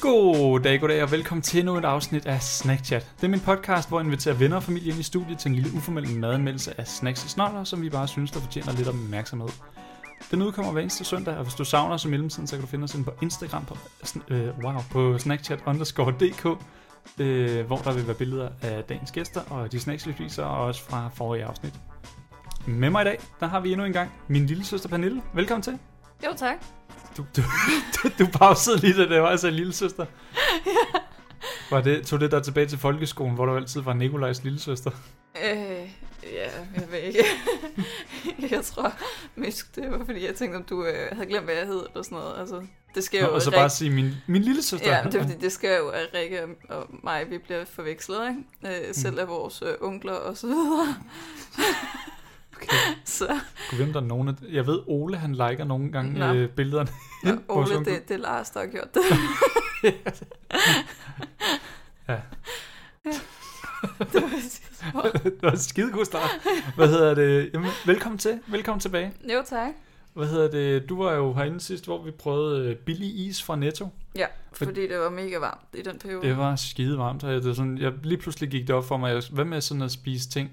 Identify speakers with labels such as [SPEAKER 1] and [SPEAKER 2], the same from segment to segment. [SPEAKER 1] God dag, god dag og velkommen til endnu et afsnit af Snack Chat. Det er min podcast, hvor jeg inviterer venner og familie ind i studiet til en lille uformel madanmeldelse af snacks og snoller, som vi bare synes, der fortjener lidt opmærksomhed. Den udkommer hver eneste søndag, og hvis du savner os i mellemtiden, så kan du finde os inde på Instagram på, sn- øh, wow, på snackchat underscore dk, øh, hvor der vil være billeder af dagens gæster og de snacks, vi spiser, og også fra forrige afsnit. Med mig i dag, der har vi endnu en gang min lille søster Pernille. Velkommen til.
[SPEAKER 2] Jo tak.
[SPEAKER 1] Du, du, du, du pausede lige, da det var altså lille søster. Var det, tog det der tilbage til folkeskolen, hvor du altid var Nikolajs lille søster?
[SPEAKER 2] Øh, ja, jeg ved ikke. jeg tror mest det var fordi jeg tænkte om du øh, havde glemt hvad jeg hed eller sådan noget. Altså det sker
[SPEAKER 1] Nå,
[SPEAKER 2] jo
[SPEAKER 1] og så
[SPEAKER 2] rigtig-
[SPEAKER 1] bare sige min, min lille søster.
[SPEAKER 2] Ja, men det er fordi, det sker jo, at Rikke og- og mig, vi bliver forvekslet,
[SPEAKER 1] Mm.
[SPEAKER 2] ikke? Øh, selv af vores øh, onkler og så videre.
[SPEAKER 1] Okay.
[SPEAKER 2] Så
[SPEAKER 1] Gud, hvem der er nogen af, Jeg ved, Ole han liker nogle gange
[SPEAKER 2] Nå.
[SPEAKER 1] øh, billederne.
[SPEAKER 2] ja,
[SPEAKER 1] Vores
[SPEAKER 2] Ole,
[SPEAKER 1] onkel.
[SPEAKER 2] det, det er Lars, der har gjort det.
[SPEAKER 1] Ja.
[SPEAKER 2] det var sidste år.
[SPEAKER 1] det var en skidegod start. Hvad hedder det? Jamen, velkommen til. Velkommen tilbage.
[SPEAKER 2] Jo tak.
[SPEAKER 1] Hvad hedder det? Du var jo herinde sidst, hvor vi prøvede øh, billig is fra Netto.
[SPEAKER 2] Ja, fordi det var mega varmt i den periode.
[SPEAKER 1] Det var skide varmt, og jeg, det var sådan, jeg lige pludselig gik det op for mig, jeg, hvad med sådan at spise ting,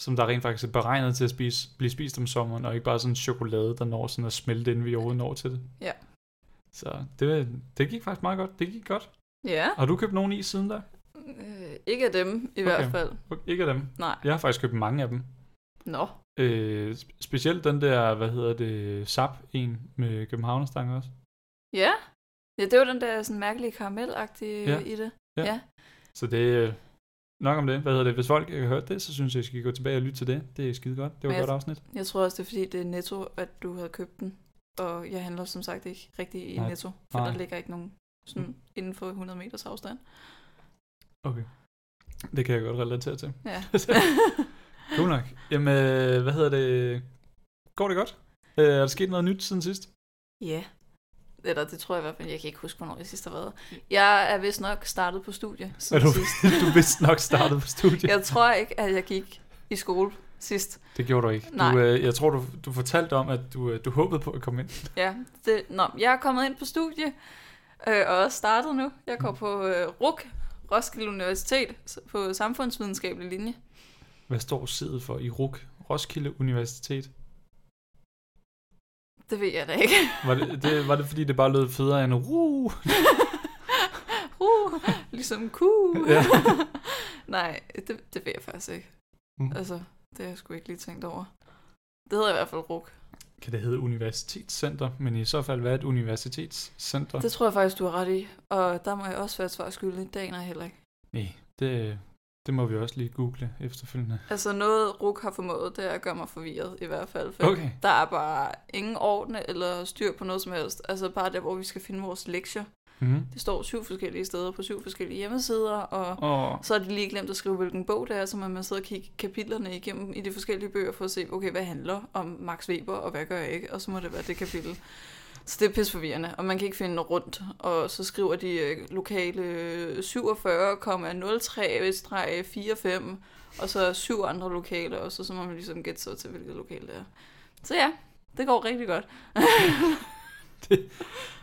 [SPEAKER 1] som der rent faktisk er beregnet til at spise, blive spist om sommeren, og ikke bare sådan chokolade, der når sådan at smelte, inden vi overhovedet når til det.
[SPEAKER 2] Ja.
[SPEAKER 1] Så det, det gik faktisk meget godt. Det gik godt.
[SPEAKER 2] Ja,
[SPEAKER 1] Har du købt nogen is siden da?
[SPEAKER 2] øh, ikke af dem i hvert fald.
[SPEAKER 1] Ikke af dem.
[SPEAKER 2] Nej.
[SPEAKER 1] Jeg har faktisk købt mange af dem.
[SPEAKER 2] Nå,
[SPEAKER 1] Øh, sp- specielt den der, hvad hedder det, sap en med københavnerstang også.
[SPEAKER 2] Ja. Ja, det var den der sådan mærkelige karamelagtige
[SPEAKER 1] Ja.
[SPEAKER 2] ja. i det.
[SPEAKER 1] Så det øh, nok om det. Hvad hedder det? Hvis folk ikke har hørt det, så synes jeg, I skal gå tilbage og lytte til det. Det er skide godt. Det var
[SPEAKER 2] Men
[SPEAKER 1] et
[SPEAKER 2] jeg-
[SPEAKER 1] godt afsnit.
[SPEAKER 2] Jeg tror også, det er fordi, det er netto, at du havde købt den. Og jeg handler som sagt ikke rigtig i
[SPEAKER 1] Nej.
[SPEAKER 2] netto, for
[SPEAKER 1] Nej.
[SPEAKER 2] der ligger ikke nogen sådan inden for 100 meters afstand.
[SPEAKER 1] Okay. Det kan jeg godt relatere til.
[SPEAKER 2] Ja.
[SPEAKER 1] Cool nok. Jamen, øh, hvad hedder det? Går det godt? Øh, er der sket noget nyt siden sidst?
[SPEAKER 2] ja. Eller det tror jeg i hvert fald. Jeg kan ikke huske, hvornår jeg sidst har været. Jeg er vist nok startet på studie
[SPEAKER 1] Er
[SPEAKER 2] siden
[SPEAKER 1] du-
[SPEAKER 2] sidst.
[SPEAKER 1] Du vidste nok startet på studiet.
[SPEAKER 2] Jeg tror ikke, at jeg gik i skole sidst.
[SPEAKER 1] Det gjorde du ikke.
[SPEAKER 2] Nej.
[SPEAKER 1] Du, øh, jeg tror, du, du fortalte om, at du, øh, du håbede på at komme ind.
[SPEAKER 2] Ja, det, nå, jeg er kommet ind på studie, øh, og også startet nu. Jeg går på øh, RUK, Roskilde Universitet, s- på samfundsvidenskabelig linje.
[SPEAKER 1] Hvad står siddet for i RUK? Roskilde Universitet.
[SPEAKER 2] Det ved jeg da ikke.
[SPEAKER 1] Var det, det, var det fordi, det bare lød federe end RU?
[SPEAKER 2] uh, ligesom ku.
[SPEAKER 1] Ja.
[SPEAKER 2] Nej, det, det ved jeg faktisk ikke.
[SPEAKER 1] Mm.
[SPEAKER 2] Altså, det har jeg sgu ikke lige tænkt over. Det hedder i hvert fald RUK.
[SPEAKER 1] Kan det hedde universitetscenter? Men i så fald, hvad er et universitetscenter?
[SPEAKER 2] Det tror jeg faktisk, du har ret i. Og der må jeg også være et svar skyldig. Det aner jeg heller ikke.
[SPEAKER 1] Nej, det, det må vi også lige google efterfølgende.
[SPEAKER 2] Altså noget RUK har formået, det er at gøre mig forvirret i hvert fald. For
[SPEAKER 1] Okay.
[SPEAKER 2] Der er bare ingen orden eller styr på noget som helst. Altså bare der, hvor vi skal finde vores lektier.
[SPEAKER 1] Mm.
[SPEAKER 2] Det står syv forskellige steder på syv forskellige hjemmesider, og
[SPEAKER 1] Og
[SPEAKER 2] så er de lige glemt at skrive, hvilken bog det er, så man må sidde og kigge kapitlerne igennem i de forskellige bøger for at se, okay, hvad handler om Max Weber, og hvad gør jeg ikke, og så må det være det kapitel. Så det er pisforvirrende, og man kan ikke finde rundt. Og så skriver de øh, lokale øh, 47,03-45, og så syv andre lokale, og så, så må man ligesom gætte sig til, hvilket lokale det er. Så ja, det går rigtig godt.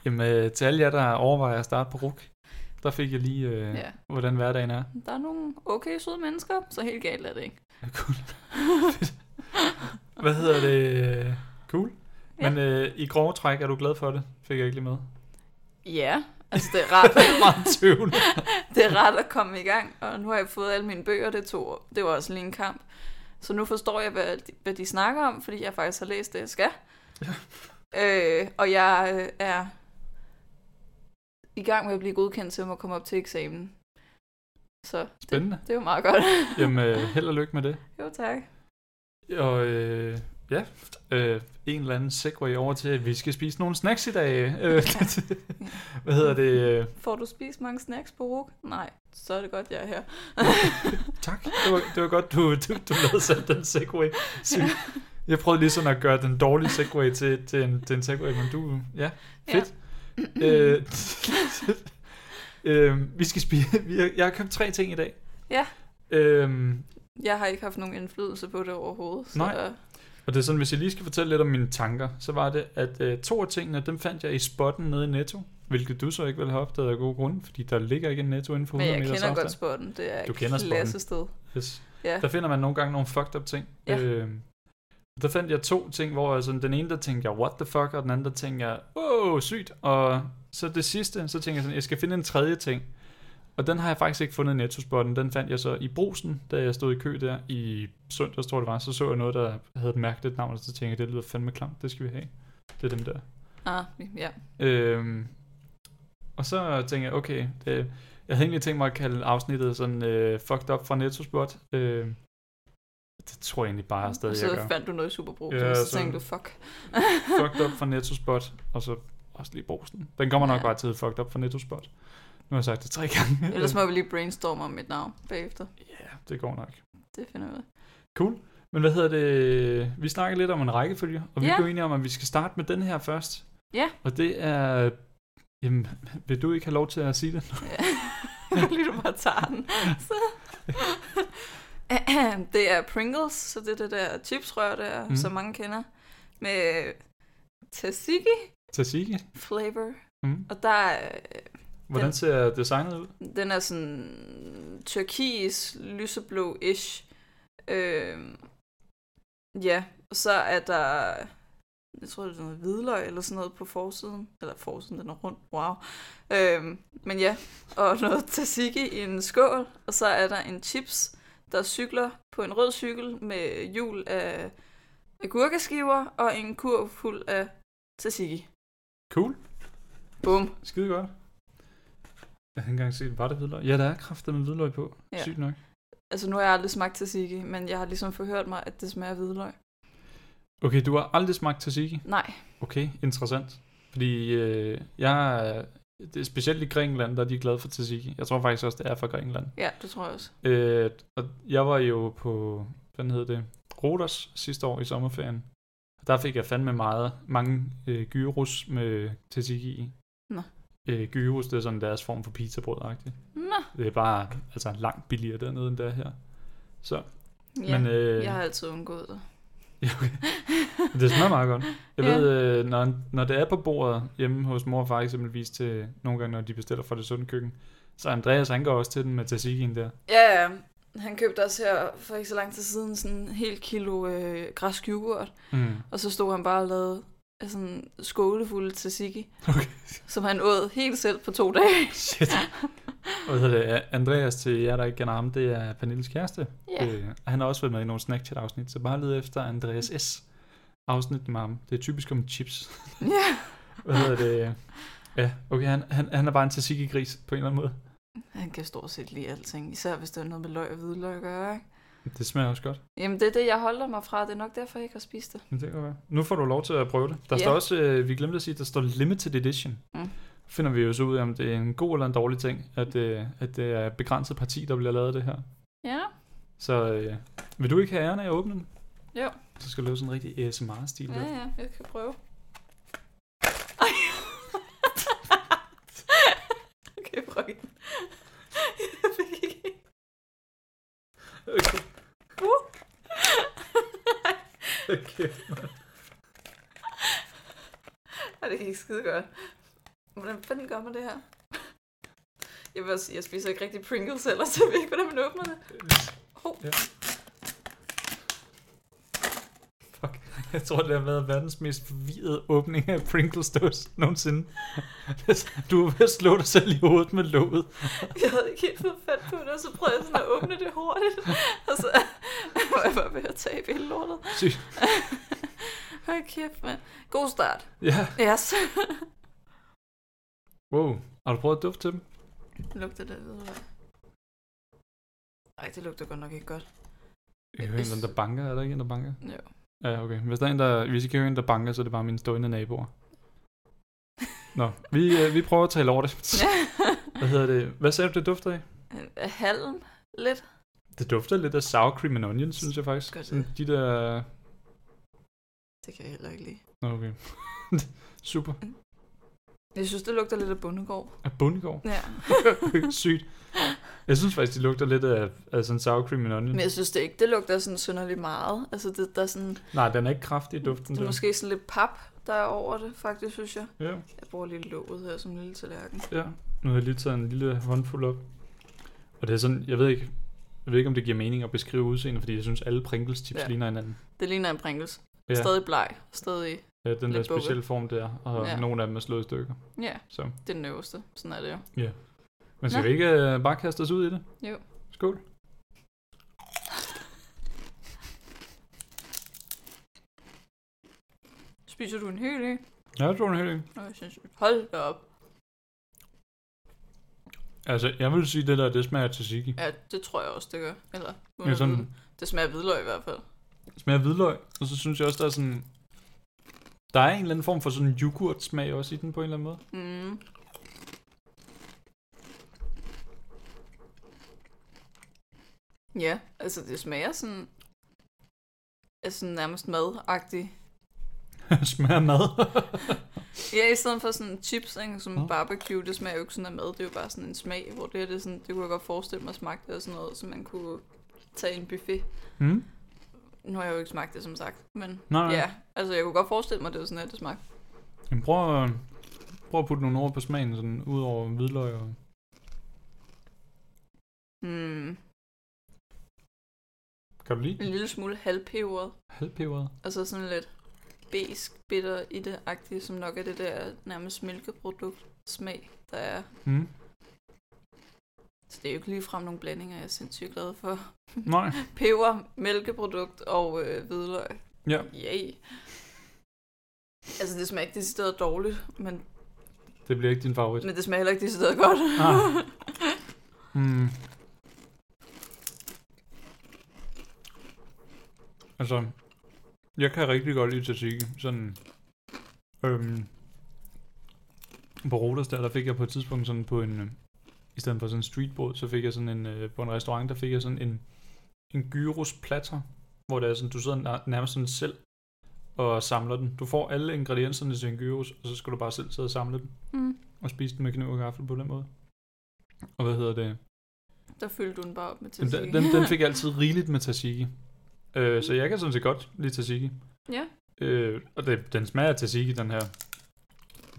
[SPEAKER 1] Jamen, øh, til alle jer, der overvejer at starte på RUK, der fik jeg lige, øh, ja.
[SPEAKER 2] Ja.
[SPEAKER 1] hvordan hverdagen er.
[SPEAKER 2] Der er nogle okay søde mennesker, så helt galt er det ikke.
[SPEAKER 1] Cool. Hvad hedder det? Cool.
[SPEAKER 2] Ja.
[SPEAKER 1] Men øh, i grove træk, er du glad for det? Fik jeg ikke lige med.
[SPEAKER 2] Ja, altså det er rart.
[SPEAKER 1] Meget tvivl.
[SPEAKER 2] det er rart at komme i gang, og nu har jeg fået alle mine bøger, det tog, år. det var også lige en kamp. Så nu forstår jeg, hvad de, hvad de snakker om, fordi jeg faktisk har læst det, jeg skal. øh, og jeg øh, er i gang med at blive godkendt til at komme op til eksamen. Så det,
[SPEAKER 1] Spændende.
[SPEAKER 2] det er jo meget godt.
[SPEAKER 1] Jamen, øh, held og lykke med det.
[SPEAKER 2] jo tak.
[SPEAKER 1] Og øh, ja, øh, en eller anden segway over til, at vi skal spise nogle snacks i dag. Øh, Hvad hedder det? Øh,
[SPEAKER 2] Får du spist mange snacks på RUG? Nej, så er det godt, jeg er her.
[SPEAKER 1] Tak. Det var, det var godt, du, du, du lavede selv den segway. Sygt. Jeg prøvede lige sådan at gøre den dårlige segway til, til, en, til en segway, men du... Ja, fedt. Ja. Øh, øh, vi skal spise... vi har- Jeg har købt tre ting i dag.
[SPEAKER 2] Ja.
[SPEAKER 1] Øhm,
[SPEAKER 2] Jeg har ikke haft nogen indflydelse på det overhovedet. Så
[SPEAKER 1] Nej. og det er sådan, hvis jeg lige skal fortælle lidt om mine tanker, så var det, at øh, to af tingene, dem fandt jeg i spotten nede i Netto. Hvilket du så ikke vil have opdaget af gode grunde, fordi der ligger ikke en netto inden for
[SPEAKER 2] Men
[SPEAKER 1] 100
[SPEAKER 2] jeg
[SPEAKER 1] meters afstand.
[SPEAKER 2] kender godt spotten. Det er
[SPEAKER 1] Du
[SPEAKER 2] et
[SPEAKER 1] kender spotten.
[SPEAKER 2] klasse sted.
[SPEAKER 1] Yes.
[SPEAKER 2] Ja.
[SPEAKER 1] Der finder man nogle gange nogle fucked up ting.
[SPEAKER 2] Ja.
[SPEAKER 1] Øh, der fandt jeg to ting, hvor altså, den ene der tænkte jeg, what the fuck, og den anden der tænkte jeg, wow, sygt. Og så det sidste, så tænkte jeg sådan, jeg skal finde en tredje ting. Og den har jeg faktisk ikke fundet i Netto-spotten. Den fandt jeg så i brusen, da jeg stod i kø der i søndags, tror jeg det var. Så så jeg noget, der havde et mærkeligt navn, og så tænkte jeg, det lyder fandme klamt, det skal vi have. Det er dem der.
[SPEAKER 2] Ah, ja.
[SPEAKER 1] Øhm, og så tænkte jeg, okay, det, jeg havde egentlig tænkt mig at kalde afsnittet sådan øh, fucked up fra Nettospot. Øh, det tror jeg egentlig bare stadig,
[SPEAKER 2] Mm, og så
[SPEAKER 1] jeg gør.
[SPEAKER 2] fandt du noget i Superbrug,
[SPEAKER 1] Ja,
[SPEAKER 2] og så
[SPEAKER 1] sådan-
[SPEAKER 2] tænkte du, fuck.
[SPEAKER 1] fucked up fra Nettospot, og så også lige brosen. Den kommer nok
[SPEAKER 2] Ja.
[SPEAKER 1] bare til at hedde fucked up fra Nettospot. Nu har jeg sagt det tre gange.
[SPEAKER 2] Ellers må vi lige brainstorme om mit navn bagefter.
[SPEAKER 1] Ja, det går nok.
[SPEAKER 2] Det finder vi ud af.
[SPEAKER 1] Cool. Men hvad hedder det? Vi snakker lidt om en rækkefølge, og vi
[SPEAKER 2] Ja.
[SPEAKER 1] blev enige om, at vi skal starte med den her først.
[SPEAKER 2] Ja.
[SPEAKER 1] Og det er... Jamen, vil du ikke have lov til at sige det?
[SPEAKER 2] Ja. Jeg kan lige du bare tager den. Så. det er Pringles, så det er det der chipsrør der,
[SPEAKER 1] Mm.
[SPEAKER 2] mm. som mange kender, med tzatziki
[SPEAKER 1] Tzatziki?
[SPEAKER 2] flavor.
[SPEAKER 1] Mm.
[SPEAKER 2] Og der er, øh,
[SPEAKER 1] Hvordan ser designet ud?
[SPEAKER 2] den er sådan turkis, lyseblå-ish. Øhm, ja, og så er der, jeg tror det er noget hvidløg eller sådan noget på forsiden. Eller forsiden, den er rund, wow. Øhm, men ja, og noget tzatziki i en skål. Og så er der en chips, der cykler på en rød cykel med hjul af agurkeskiver og en kurv fuld af tzatziki.
[SPEAKER 1] Cool.
[SPEAKER 2] Bum.
[SPEAKER 1] Skide godt. Jeg har ikke engang set, var det hvidløg? Ja, der er kraftet med hvidløg på. Ja.
[SPEAKER 2] Ja.
[SPEAKER 1] Sygt nok.
[SPEAKER 2] Altså nu har jeg aldrig smagt tzatziki, men jeg har ligesom forhørt mig, at det smager af hvidløg.
[SPEAKER 1] Okay, du har aldrig smagt tzatziki?
[SPEAKER 2] Nej.
[SPEAKER 1] Okay, interessant. Fordi øh, jeg er- det er specielt i Grækenland, der er de glade for tzatziki. Jeg tror faktisk også, det er fra Grækenland.
[SPEAKER 2] Ja, det tror jeg også.
[SPEAKER 1] Øh, og jeg var jo på, hvad hed det, Rodos sidste år i sommerferien. Der fik jeg fandme meget, mange øh, gyros med tzatziki i.
[SPEAKER 2] Nå.
[SPEAKER 1] Øh, gyros, det er sådan deres form for pizzabrød-agtigt.
[SPEAKER 2] Nå,
[SPEAKER 1] Det er bare altså, langt billigere dernede, end der her. Så,
[SPEAKER 2] ja.
[SPEAKER 1] men
[SPEAKER 2] Men,
[SPEAKER 1] øh,
[SPEAKER 2] øh... Jeg har altid undgået det.
[SPEAKER 1] ja, okay. det smager meget godt. Jeg
[SPEAKER 2] Ja.
[SPEAKER 1] ved, øh, når, når det er på bordet hjemme hos mor og far eksempelvis til nogle gange, når de bestiller fra det sunde køkken, så Andreas han går også til den med tzatzikien der.
[SPEAKER 2] Ja, ja. Han købte også her for ikke så lang tid siden sådan en hel kilo øh, græsk yoghurt,
[SPEAKER 1] Mm.
[SPEAKER 2] og så stod han bare og lavede øh, sådan skålefulde tzatziki,
[SPEAKER 1] Okay,
[SPEAKER 2] som han åd helt selv på to dage.
[SPEAKER 1] shit. Og hvad hedder det? Andreas til jer, der ikke kender ham, det er Pernilles kæreste.
[SPEAKER 2] Ja,
[SPEAKER 1] Øh, og han har også været med i nogle Snapchat-afsnit, så bare led efter Andreas S. afsnit med ham. Det er typisk om chips.
[SPEAKER 2] ja.
[SPEAKER 1] Hvad hedder det? Ja, okay, han, han, han er bare en tzatziki-gris på en eller anden måde.
[SPEAKER 2] Han kan stort set lide alting, især hvis det er noget med løg og hvidløg at gøre, ikke?
[SPEAKER 1] Det smager også godt.
[SPEAKER 2] Jamen, det er det, jeg holder mig fra. Det er nok derfor, jeg ikke har spist det.
[SPEAKER 1] Men det kan være. Nu får du lov til at prøve det. Der
[SPEAKER 2] Ja.
[SPEAKER 1] står også, øh, vi glemte at sige, der står limited edition.
[SPEAKER 2] Mm.
[SPEAKER 1] Finder vi jo så ud af, om det er en god eller en dårlig ting, at, øh, at det er et begrænset parti, der bliver lavet af det her.
[SPEAKER 2] Ja.
[SPEAKER 1] Så øh, vil du ikke have æren af at åbne den?
[SPEAKER 2] Jo.
[SPEAKER 1] Så skal du lave sådan en rigtig ASMR-stil.
[SPEAKER 2] Ja,
[SPEAKER 1] der.
[SPEAKER 2] ja, jeg kan prøve. okay, prøv igen. Jeg fik ikke...
[SPEAKER 1] Okay.
[SPEAKER 2] Uh.
[SPEAKER 1] Okay.
[SPEAKER 2] Ej, det gik skide godt. Hvordan fanden gør man det her? Jeg vil også sige, jeg spiser ikke rigtig Pringles heller, så jeg ved ikke, hvordan man åbner det. Hov.
[SPEAKER 1] Ja. Fuck. Jeg tror, det har været verdens mest forvirrede åbning af Pringles dås nogensinde. Du er ved at slå dig selv i hovedet med låget.
[SPEAKER 2] Jeg havde ikke helt fået fat på det, og så prøvede jeg sådan at åbne det hurtigt. Og så var jeg bare ved at tabe hele lortet.
[SPEAKER 1] Sygt.
[SPEAKER 2] Hold kæft, mand. God start.
[SPEAKER 1] Ja.
[SPEAKER 2] Yes.
[SPEAKER 1] Wow. Har du prøvet at dufte til dem?
[SPEAKER 2] Lugter det hvidløg? Ej, det lugter godt nok ikke godt.
[SPEAKER 1] Jeg kan høre en, eller anden, der banker. Er der ikke en, der banker?
[SPEAKER 2] Jo.
[SPEAKER 1] Ja, okay. Hvis, der er en, der, hvis I kan høre en, der banker, så er det bare mine stående naboer. Nå, vi, øh, vi prøver at tale over det. Hvad hedder det? Hvad sagde du, det dufter af?
[SPEAKER 2] Øh, Halm lidt.
[SPEAKER 1] Det dufter lidt af sour cream and onion, synes jeg faktisk.
[SPEAKER 2] Gør det?
[SPEAKER 1] Sådan de der...
[SPEAKER 2] Det kan jeg heller ikke lide.
[SPEAKER 1] Nå, okay. Super.
[SPEAKER 2] Jeg synes, det lugter lidt af bundegård.
[SPEAKER 1] Af bundegård.
[SPEAKER 2] Ja.
[SPEAKER 1] Sygt. Jeg synes faktisk, de lugter lidt af, af sådan sour cream and onion.
[SPEAKER 2] Men jeg synes det ikke, det lugter sådan synderligt meget. Altså, det, der er sådan,
[SPEAKER 1] Nej, den er ikke kraftig i duften.
[SPEAKER 2] det
[SPEAKER 1] der.
[SPEAKER 2] er måske sådan lidt pap. der er over det, faktisk, synes jeg.
[SPEAKER 1] Ja.
[SPEAKER 2] Jeg bruger lige låget her som en lille tallerken.
[SPEAKER 1] Ja, nu har jeg lige taget en lille håndfuld op. Og det er sådan, jeg ved ikke, jeg ved ikke om det giver mening at beskrive udseendet, fordi jeg synes, alle Pringles chips ja.
[SPEAKER 2] Ja.
[SPEAKER 1] ligner hinanden.
[SPEAKER 2] Det ligner en Pringles.
[SPEAKER 1] Ja,
[SPEAKER 2] Ja. Stadig bleg. Stadig...
[SPEAKER 1] ja den der
[SPEAKER 2] lidt bukket.
[SPEAKER 1] specielle form der, og ja.
[SPEAKER 2] Ja.
[SPEAKER 1] nogle af dem er slået i stykker.
[SPEAKER 2] Ja,
[SPEAKER 1] Så.
[SPEAKER 2] det er den øverste. Sådan er det jo.
[SPEAKER 1] Men skal
[SPEAKER 2] Nå.
[SPEAKER 1] vi ikke øh, bare kaste os ud i det?
[SPEAKER 2] Jo.
[SPEAKER 1] Skål.
[SPEAKER 2] Spiser du en hel ikke?
[SPEAKER 1] Ja, det tror jeg helt ikke.
[SPEAKER 2] Nå, jeg synes, hold da op.
[SPEAKER 1] Altså, jeg vil sige, det der, det smager af tzatziki.
[SPEAKER 2] Ja, Mm. det tror jeg også, det gør. Eller, uden
[SPEAKER 1] Ja,
[SPEAKER 2] at
[SPEAKER 1] sådan-
[SPEAKER 2] vide det. det smager af hvidløg i hvert fald.
[SPEAKER 1] Det smager af hvidløg, og så synes jeg også, der er sådan... Der er en eller anden form for sådan yoghurt-smag også i den på en eller anden måde.
[SPEAKER 2] Mm. Ja, altså det smager sådan, altså nærmest madagtigt.
[SPEAKER 1] smager af mad.
[SPEAKER 2] Ja, i stedet for sådan chips, ikke, som
[SPEAKER 1] Mm.
[SPEAKER 2] barbecue, det smager jo ikke sådan af mad, det er jo bare sådan en smag, hvor det her, det, er sådan, det kunne jeg godt forestille mig smagte af sådan noget, som man kunne tage i en buffet.
[SPEAKER 1] mm?
[SPEAKER 2] Nu har jeg jo ikke smagt det, som sagt, men
[SPEAKER 1] Nej, nej.
[SPEAKER 2] ja, altså jeg kunne godt forestille mig, det var sådan her, det smagte.
[SPEAKER 1] Jamen, prøv, at, prøv at putte nogle ord på smagen, sådan ud over hvidløg og...
[SPEAKER 2] Mm.
[SPEAKER 1] Kan du lide?
[SPEAKER 2] En lille smule halvpeberet.
[SPEAKER 1] Halvpeberet.
[SPEAKER 2] Altså sådan lidt besk, bitter i det agtige, som nok er det der nærmest mælkeprodukt smag, der er.
[SPEAKER 1] Mm.
[SPEAKER 2] Så det er jo ikke ligefrem nogle blandinger, jeg er sindssygt glad for.
[SPEAKER 1] Nej.
[SPEAKER 2] Peber, mælkeprodukt og øh, hvidløg.
[SPEAKER 1] Ja.
[SPEAKER 2] Yay. Altså det smager ikke decideret dårligt, men,
[SPEAKER 1] Det bliver ikke din favorit.
[SPEAKER 2] men det smager heller ikke decideret godt.
[SPEAKER 1] Ah. Mm. Altså, jeg kan rigtig godt lide tzatziki. Sådan, øhm, på Rotas der, der fik jeg på et tidspunkt sådan på en, øh, i stedet for sådan en streetbåd, så fik jeg sådan en, øh, på en restaurant, der fik jeg sådan en, en gyros platter, hvor det er sådan, du sidder nær- nærmest sådan selv og samler den. Du får alle ingredienserne til en gyros, og så skal du bare selv sidde og samle den,
[SPEAKER 2] mm.
[SPEAKER 1] og spise den med kniv og gaffel på den måde. Og hvad hedder det?
[SPEAKER 2] Der fyldte du den bare op med
[SPEAKER 1] Jamen,
[SPEAKER 2] til.
[SPEAKER 1] Den, den, den fik altid rigeligt med tzatziki. Øh, så jeg kan sådan set godt lide tzatziki.
[SPEAKER 2] Ja.
[SPEAKER 1] Øh, og det, den smager af tzatziki, den her.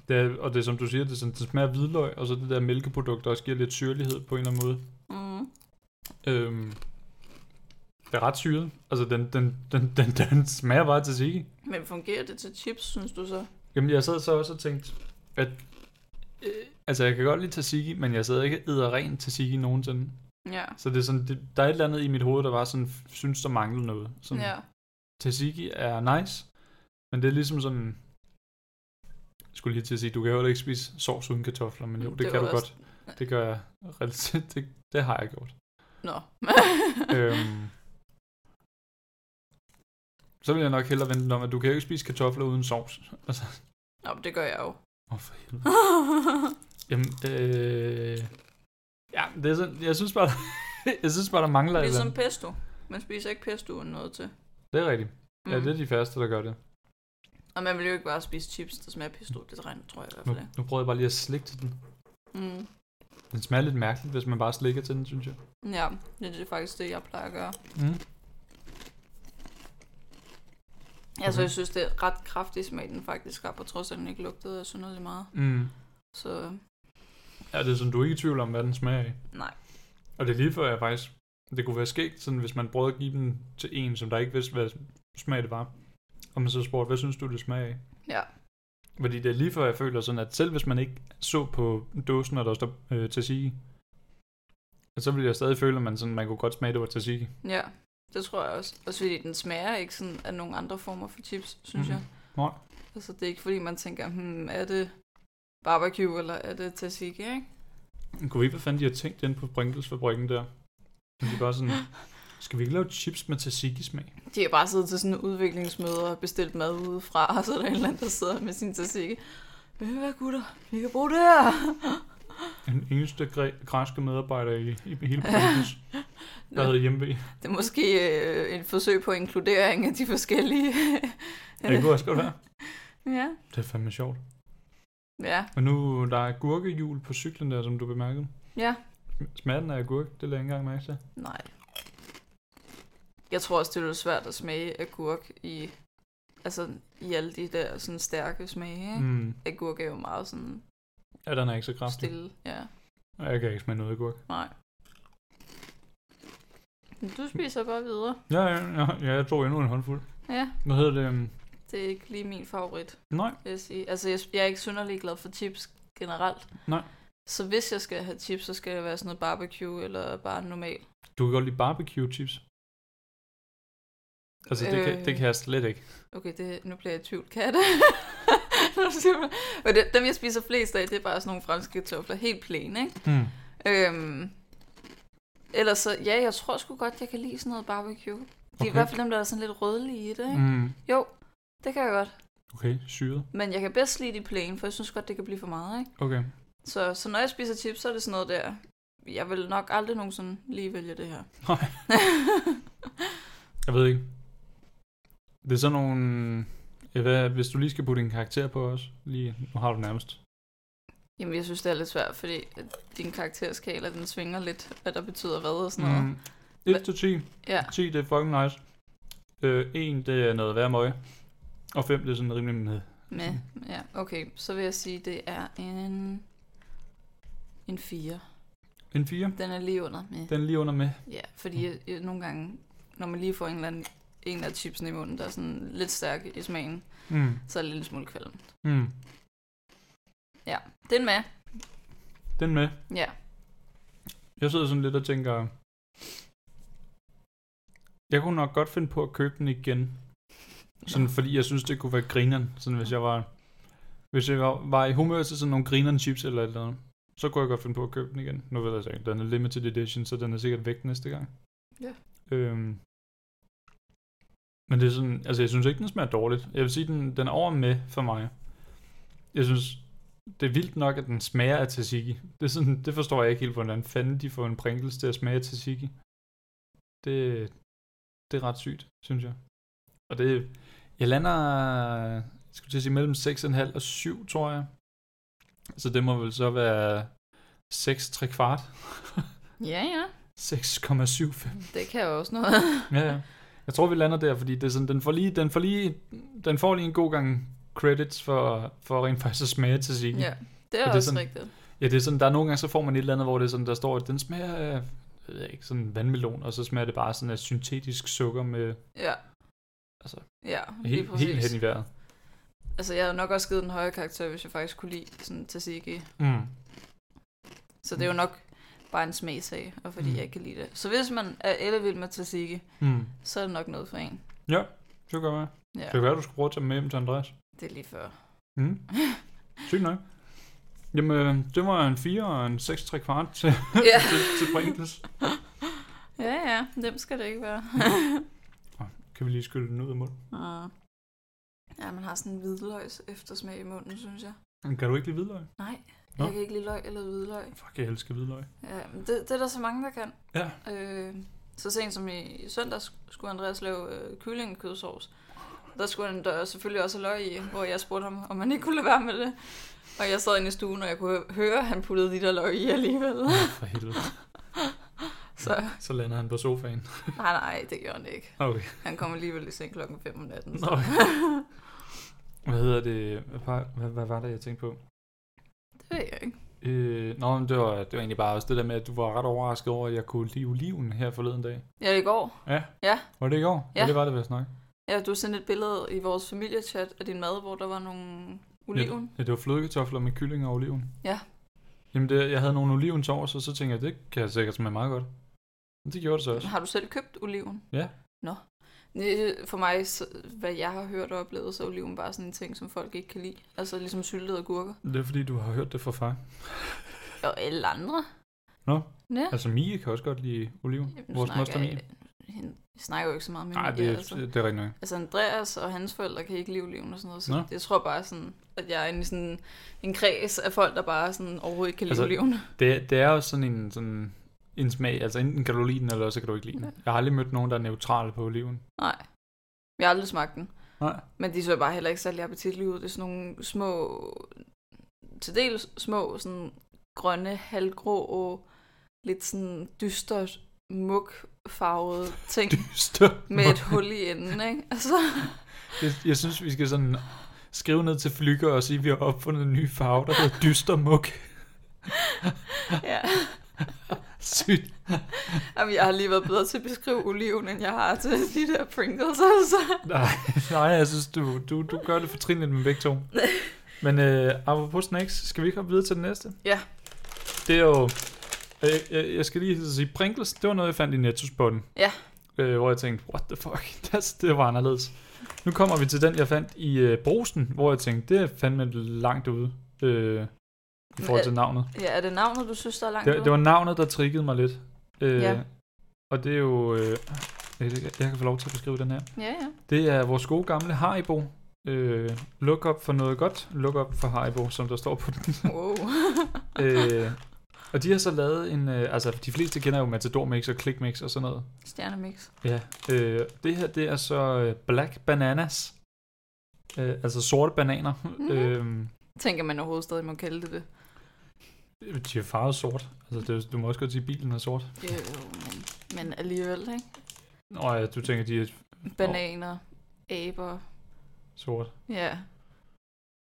[SPEAKER 1] Det er, og det er som du siger, det, er sådan, den smager af hvidløg, og så det der mælkeprodukt, der også giver lidt syrlighed på en eller anden måde.
[SPEAKER 2] Mm.
[SPEAKER 1] Øh, det er ret syret. Altså, den, den, den, den, den smager bare af tzatziki.
[SPEAKER 2] Men fungerer det til chips, synes du så?
[SPEAKER 1] Jamen, jeg sad så også og tænkte, at... Øh, altså, jeg kan godt lide tzatziki, men jeg sad ikke og æder ren tzatziki nogensinde.
[SPEAKER 2] Ja.
[SPEAKER 1] Så det er sådan, det, der er et eller andet i mit hoved, der var sådan, synes, der manglede noget. Sådan,
[SPEAKER 2] Ja.
[SPEAKER 1] Tzatziki er nice, men det er ligesom sådan... Jeg skulle lige til at sige, du kan jo heller ikke spise sovs uden kartofler, men jo, det, det
[SPEAKER 2] Det var
[SPEAKER 1] kan du
[SPEAKER 2] også-
[SPEAKER 1] godt. Det gør jeg relativt, det, det har jeg gjort.
[SPEAKER 2] Nå.
[SPEAKER 1] øhm, så vil jeg nok hellere vente den om, at du kan jo ikke spise kartofler uden sovs. Altså,
[SPEAKER 2] Nå, men det gør jeg jo.
[SPEAKER 1] åh oh, for helvede. Jamen, øh, ja, det er sådan, jeg synes bare, jeg synes bare, der mangler et eller
[SPEAKER 2] ligesom
[SPEAKER 1] andet.
[SPEAKER 2] pesto. Man spiser ikke pesto uden noget til.
[SPEAKER 1] Det er rigtigt.
[SPEAKER 2] Mm.
[SPEAKER 1] Ja, det er de færreste, der gør det.
[SPEAKER 2] Og man vil jo ikke bare spise chips, der smager af pesto. Det regner, tror jeg i hvert
[SPEAKER 1] Nu,
[SPEAKER 2] fald. ikke.
[SPEAKER 1] nu prøver jeg bare lige at slikke til den.
[SPEAKER 2] Mm.
[SPEAKER 1] Den smager lidt mærkeligt, hvis man bare slikker til den, synes jeg.
[SPEAKER 2] Ja, det det er faktisk det, jeg plejer at gøre.
[SPEAKER 1] Mm.
[SPEAKER 2] Altså,
[SPEAKER 1] Okay.
[SPEAKER 2] jeg synes, det er ret kraftig smag, den faktisk har, på trods af, at den ikke lugtede af synderligt meget.
[SPEAKER 1] Mm.
[SPEAKER 2] Så
[SPEAKER 1] Ja, det er sådan, du er ikke i tvivl om, hvad den smager af.
[SPEAKER 2] nej.
[SPEAKER 1] Og det er lige før, jeg faktisk... Det kunne være skægt, sådan, hvis man prøvede at give den til en, som der ikke vidste, hvad smag det var. Og man så spurgte, hvad synes du, det smager af?
[SPEAKER 2] Ja.
[SPEAKER 1] Fordi det er lige før, jeg føler sådan, at selv hvis man ikke så på dåsen, og der står øh, tzatziki, at så ville jeg stadig føle, at man, sådan, man kunne godt smage, at det var tzatziki.
[SPEAKER 2] Ja, det tror jeg også. Også fordi den smager ikke sådan af nogle andre former for chips, synes
[SPEAKER 1] Mhm.
[SPEAKER 2] mm. jeg.
[SPEAKER 1] Nej.
[SPEAKER 2] Altså, det er ikke fordi, man tænker, hmm, er det barbecue, eller er det tzatziki, ikke?
[SPEAKER 1] Kunne vi ikke, hvad fanden de har tænkt inde på Pringles-fabrikken der? Som de bare sådan, skal vi ikke lave chips med tzatziki-smag?
[SPEAKER 2] De har bare siddet til sådan nogle udviklingsmøder og bestilt mad udefra, og så er der en eller anden, der sidder med sin tzatziki. Ved I hvad, gutter? Vi kan bruge det her!
[SPEAKER 1] Den eneste græ- græske medarbejder i, i hele Pringles, der havde hjemme
[SPEAKER 2] Det er måske øh, et forsøg på inkludering af de forskellige.
[SPEAKER 1] Ja, det kunne også godt være.
[SPEAKER 2] ja.
[SPEAKER 1] Det er fandme sjovt.
[SPEAKER 2] Ja.
[SPEAKER 1] Og nu, der er gurkehjul på cyklen der, som du bemærkede.
[SPEAKER 2] Ja.
[SPEAKER 1] Smager den af gurk, det lader jeg ikke engang mærke til.
[SPEAKER 2] Nej. Jeg tror også, det er svært at smage agurk i... altså, i alle de der sådan stærke smage. Ikke? Mm.
[SPEAKER 1] Mm.
[SPEAKER 2] Agurk er jo meget sådan
[SPEAKER 1] Ja, den er ikke så kraftig.
[SPEAKER 2] stille. Ja,
[SPEAKER 1] Og Jeg kan ikke smage noget agurk.
[SPEAKER 2] nej. Men du spiser bare videre.
[SPEAKER 1] Ja, ja, ja, ja, jeg tog endnu en håndfuld.
[SPEAKER 2] Ja,
[SPEAKER 1] Hvad hedder det? øhm,
[SPEAKER 2] det er ikke lige min favorit,
[SPEAKER 1] Nej,
[SPEAKER 2] vil jeg sige. Altså, jeg, jeg er ikke synderlig glad for chips generelt.
[SPEAKER 1] Nej.
[SPEAKER 2] Så hvis jeg skal have chips, så skal det være sådan noget barbecue eller bare normal.
[SPEAKER 1] du kan godt lide barbecue chips. Altså, det, kan, det
[SPEAKER 2] Øh.
[SPEAKER 1] kan jeg slet ikke.
[SPEAKER 2] Okay, det, nu bliver jeg i tvivl. Kan jeg det? Nu siger man- Men det, dem, jeg spiser flest af, det er bare sådan nogle franske kartofler. Helt plain, ikke?
[SPEAKER 1] Mm.
[SPEAKER 2] Øhm, ellers så, ja, jeg tror sgu godt, jeg kan lide sådan noget barbecue. Det er
[SPEAKER 1] Okay.
[SPEAKER 2] i hvert fald dem, der er sådan lidt rødlige i det, ikke? Mm.
[SPEAKER 1] Mm.
[SPEAKER 2] Jo, det kan jeg godt.
[SPEAKER 1] Okay, syret.
[SPEAKER 2] Men jeg kan bedst lide de plain, for jeg synes godt, det kan blive for meget, ikke?
[SPEAKER 1] Okay.
[SPEAKER 2] Så, så når jeg spiser chips, så er det sådan noget der. Jeg vil nok aldrig nogensinde lige vælge det her.
[SPEAKER 1] Nej. Jeg ved ikke. Det er sådan nogle... Ja, hvad, hvis du lige skal putte en karakter på os, lige, nu har du nærmest.
[SPEAKER 2] Jamen, jeg synes, det er lidt svært, fordi at din karakterskala, den svinger lidt, hvad der betyder hvad og sådan noget. Mm.
[SPEAKER 1] 1 til 10.
[SPEAKER 2] Ja.
[SPEAKER 1] 10, det er fucking nice. Øh, 1, det er noget værd møg. Og 5, det er sådan rimelig ned.
[SPEAKER 2] Med, ja, okay. Så vil jeg sige, det er en... En 4.
[SPEAKER 1] En 4,
[SPEAKER 2] Den er lige under med.
[SPEAKER 1] den er lige under med.
[SPEAKER 2] Ja, fordi jeg, jeg, nogle gange, når man lige får en eller anden en af chipsene i munden, der er sådan lidt stærk i smagen,
[SPEAKER 1] Mm.
[SPEAKER 2] så er det en lille smule kvalm.
[SPEAKER 1] Mm.
[SPEAKER 2] Det er en med.
[SPEAKER 1] Den er med.
[SPEAKER 2] Ja.
[SPEAKER 1] Jeg sidder sådan lidt og tænker... Jeg kunne nok godt finde på at købe den igen. Sådan fordi jeg synes, det kunne være grineren. Sådan hvis jeg var... Hvis jeg var, var i humør til sådan nogle grineren chips eller et eller andet, så kunne jeg godt finde på at købe den igen. Nu ved jeg så ikke, den er limited edition, så den er sikkert væk næste gang.
[SPEAKER 2] Ja.
[SPEAKER 1] Øhm, men det er sådan, altså jeg synes ikke, den smager dårligt. Jeg vil sige, den, den er over med for mig. Jeg synes, det er vildt nok, at den smager af tzatziki. Det, er sådan, det forstår jeg ikke helt, hvordan fanden de får en Pringles til at smage af tzatziki. Det, det er ret sygt, synes jeg. Og det, jeg lander, jeg skulle til at sige, mellem 6,5 og 7, tror jeg. Så det må vel så være 6 3 kvart.
[SPEAKER 2] Ja, ja.
[SPEAKER 1] 6,75.
[SPEAKER 2] Det kan jo også noget.
[SPEAKER 1] Ja, ja. Jeg tror, vi lander der, fordi det er sådan, den, får lige, den, får lige, den får lige en god gang credits for, for rent faktisk at smage tzatziki.
[SPEAKER 2] ja, det er
[SPEAKER 1] Og det er
[SPEAKER 2] også
[SPEAKER 1] sådan-
[SPEAKER 2] rigtigt.
[SPEAKER 1] Ja, det er sådan, der er nogle gange, så får man et eller andet, hvor det er sådan, der står, at den smager af, jeg ved ikke, sådan vandmelon, og så smager det bare sådan af syntetisk sukker med
[SPEAKER 2] Ja.
[SPEAKER 1] Altså,
[SPEAKER 2] ja, lige
[SPEAKER 1] helt, helt hen i vejret.
[SPEAKER 2] Altså, jeg havde nok også givet den højere karakter, hvis jeg faktisk kunne lide sådan tzatziki.
[SPEAKER 1] Mm.
[SPEAKER 2] Så det er jo nok bare en smagsag, og fordi
[SPEAKER 1] Mm.
[SPEAKER 2] mm. jeg ikke kan lide det. Så hvis man er ellevild med tzatziki,
[SPEAKER 1] Mm.
[SPEAKER 2] så er det nok noget for en.
[SPEAKER 1] Det gør jeg.
[SPEAKER 2] Ja,
[SPEAKER 1] Det kan være, du skulle prøve at tage dem med hjem til Andreas.
[SPEAKER 2] det er lige før.
[SPEAKER 1] Mm. Sygt nok. Jamen, øh, det var en 4 og en 6 3 kvart til,
[SPEAKER 2] Ja.
[SPEAKER 1] til, til Pringles.
[SPEAKER 2] Ja, ja, dem skal det ikke være.
[SPEAKER 1] Kan vi lige skylle den ud af munden?
[SPEAKER 2] Mm. Ja, man har sådan en hvidløgs eftersmag i munden, synes jeg.
[SPEAKER 1] Men Kan du ikke lide hvidløg?
[SPEAKER 2] Nej,
[SPEAKER 1] Nå.
[SPEAKER 2] jeg kan ikke lide løg eller hvidløg.
[SPEAKER 1] Fuck, jeg elsker hvidløg.
[SPEAKER 2] Ja, men det, det er der så mange, der kan.
[SPEAKER 1] Ja.
[SPEAKER 2] Øh, så sent som i, i søndags skulle Andreas lave øh, kyllingekødsovs. Der skulle han der selvfølgelig også have løg i, hvor jeg spurgte ham, om man ikke kunne lade være med det. Og jeg sad inde i stuen, og jeg kunne hø- høre, at han puttede de der løg i alligevel.
[SPEAKER 1] Åh, For helvede.
[SPEAKER 2] Så
[SPEAKER 1] Så lander han på sofaen.
[SPEAKER 2] nej, nej, det gjorde han ikke.
[SPEAKER 1] Okay.
[SPEAKER 2] Han kom alligevel i seng klokken 5 om natten.
[SPEAKER 1] Nå.
[SPEAKER 2] Så.
[SPEAKER 1] Hvad hedder det? Hvad, hvad, hvad var det, jeg tænkte på?
[SPEAKER 2] Det ved jeg ikke.
[SPEAKER 1] Øh, nå, men det var, det var egentlig bare også det der med, at du var ret overrasket over, at jeg kunne lide oliven her forleden dag.
[SPEAKER 2] Ja, i går,
[SPEAKER 1] Var det i går?
[SPEAKER 2] Ja.
[SPEAKER 1] det var det vist nok.
[SPEAKER 2] Ja, du sendte et billede i vores familiechat af din mad, hvor der var nogle oliven.
[SPEAKER 1] Ja, det var flødekartofler med kylling og oliven.
[SPEAKER 2] Ja.
[SPEAKER 1] Jamen, det, jeg havde nogle oliven til overs, og så tænkte jeg, det kan jeg sikkert smage meget godt. Men det gjorde det så også.
[SPEAKER 2] Har du selv købt oliven?
[SPEAKER 1] Ja.
[SPEAKER 2] Nå. Øh, For mig, så- hvad jeg har hørt og oplevet, så er oliven bare sådan en ting, som folk ikke kan lide. Altså ligesom syltede agurker.
[SPEAKER 1] Det er fordi, du har hørt det fra far.
[SPEAKER 2] Og alle andre.
[SPEAKER 1] Nå.
[SPEAKER 2] Ja.
[SPEAKER 1] Altså, Mie kan også godt lide oliven.
[SPEAKER 2] Jamen, nu
[SPEAKER 1] Vores moster
[SPEAKER 2] snakker
[SPEAKER 1] Mie.
[SPEAKER 2] jeg- hende- Jeg snakker jo ikke så meget med
[SPEAKER 1] Nej,
[SPEAKER 2] Mia,
[SPEAKER 1] det,
[SPEAKER 2] altså.
[SPEAKER 1] det, det er rigtig nok.
[SPEAKER 2] altså Andreas og hans forældre kan ikke lide oliven og sådan noget. Så
[SPEAKER 1] Nå.
[SPEAKER 2] Nå. jeg tror bare sådan, at jeg er inde i sådan en kreds af folk, der bare sådan overhovedet ikke kan lide
[SPEAKER 1] Altså,
[SPEAKER 2] altså, oliven.
[SPEAKER 1] Det, det er også sådan en, sådan en smag, altså enten kan du lide den, eller også kan du ikke lide den. Jeg har aldrig mødt nogen, der er neutrale på oliven.
[SPEAKER 2] Nej. Jeg har aldrig smagt den.
[SPEAKER 1] Nej.
[SPEAKER 2] Men de så bare heller ikke særlig appetitlige ud. Det er sådan nogle små, til dels små, sådan grønne, halvgrå, og lidt sådan dyster, mugfarvede ting
[SPEAKER 1] Dyster.
[SPEAKER 2] med et hul i enden, ikke? Altså,
[SPEAKER 1] Jeg, jeg synes, vi skal sådan skrive ned til flykker og sige, at vi har opfundet en ny farve, der hedder dyster muk.
[SPEAKER 2] ja.
[SPEAKER 1] Sygt.
[SPEAKER 2] Jamen, jeg har lige været bedre til at beskrive oliven, end jeg har til de der Pringles, altså.
[SPEAKER 1] Nej, nej, jeg synes, du, du, du gør det fortrinligt med begge to. Men øh, apropos snacks, skal vi ikke hoppe videre til den næste?
[SPEAKER 2] Ja.
[SPEAKER 1] Det er jo... Øh, jeg, jeg skal lige hilse at sige, Pringles, det var noget, jeg fandt i Nettos på den.
[SPEAKER 2] Ja.
[SPEAKER 1] Øh, hvor jeg tænkte, what the fuck, det, det var anderledes. Nu kommer vi til den, jeg fandt i øh, Brosen, hvor jeg tænkte, det er fandme langt ude øh, i forhold til navnet.
[SPEAKER 2] Ja, er det navnet, du synes, der er langt
[SPEAKER 1] Det, det var navnet, der triggede mig lidt. Øh,
[SPEAKER 2] Ja.
[SPEAKER 1] Og det er jo... Øh, jeg, jeg kan få lov til at beskrive den her.
[SPEAKER 2] Ja, ja.
[SPEAKER 1] Det er vores gode gamle Haribo. Øh, luk op for noget godt, luk op for Haribo, som der står på den.
[SPEAKER 2] Wow.
[SPEAKER 1] øh, og de har så lavet en... Øh, altså, de fleste kender jo Matador Mix og Click Mix og sådan noget.
[SPEAKER 2] Stjernemix.
[SPEAKER 1] Ja. Øh, det her, det er så øh, Black Bananas. Øh, altså sorte bananer.
[SPEAKER 2] Mhm.
[SPEAKER 1] Mm. Øh,
[SPEAKER 2] Tænker man overhovedet stadig må kalde det det?
[SPEAKER 1] Øh, de er farvet sort. Altså, det, er jo- du må også godt sige, at bilen er sort.
[SPEAKER 2] Jo, jo, men, men alligevel, ikke?
[SPEAKER 1] Nå ja, du tænker, de er
[SPEAKER 2] Bananer, aber,
[SPEAKER 1] sort.
[SPEAKER 2] ja.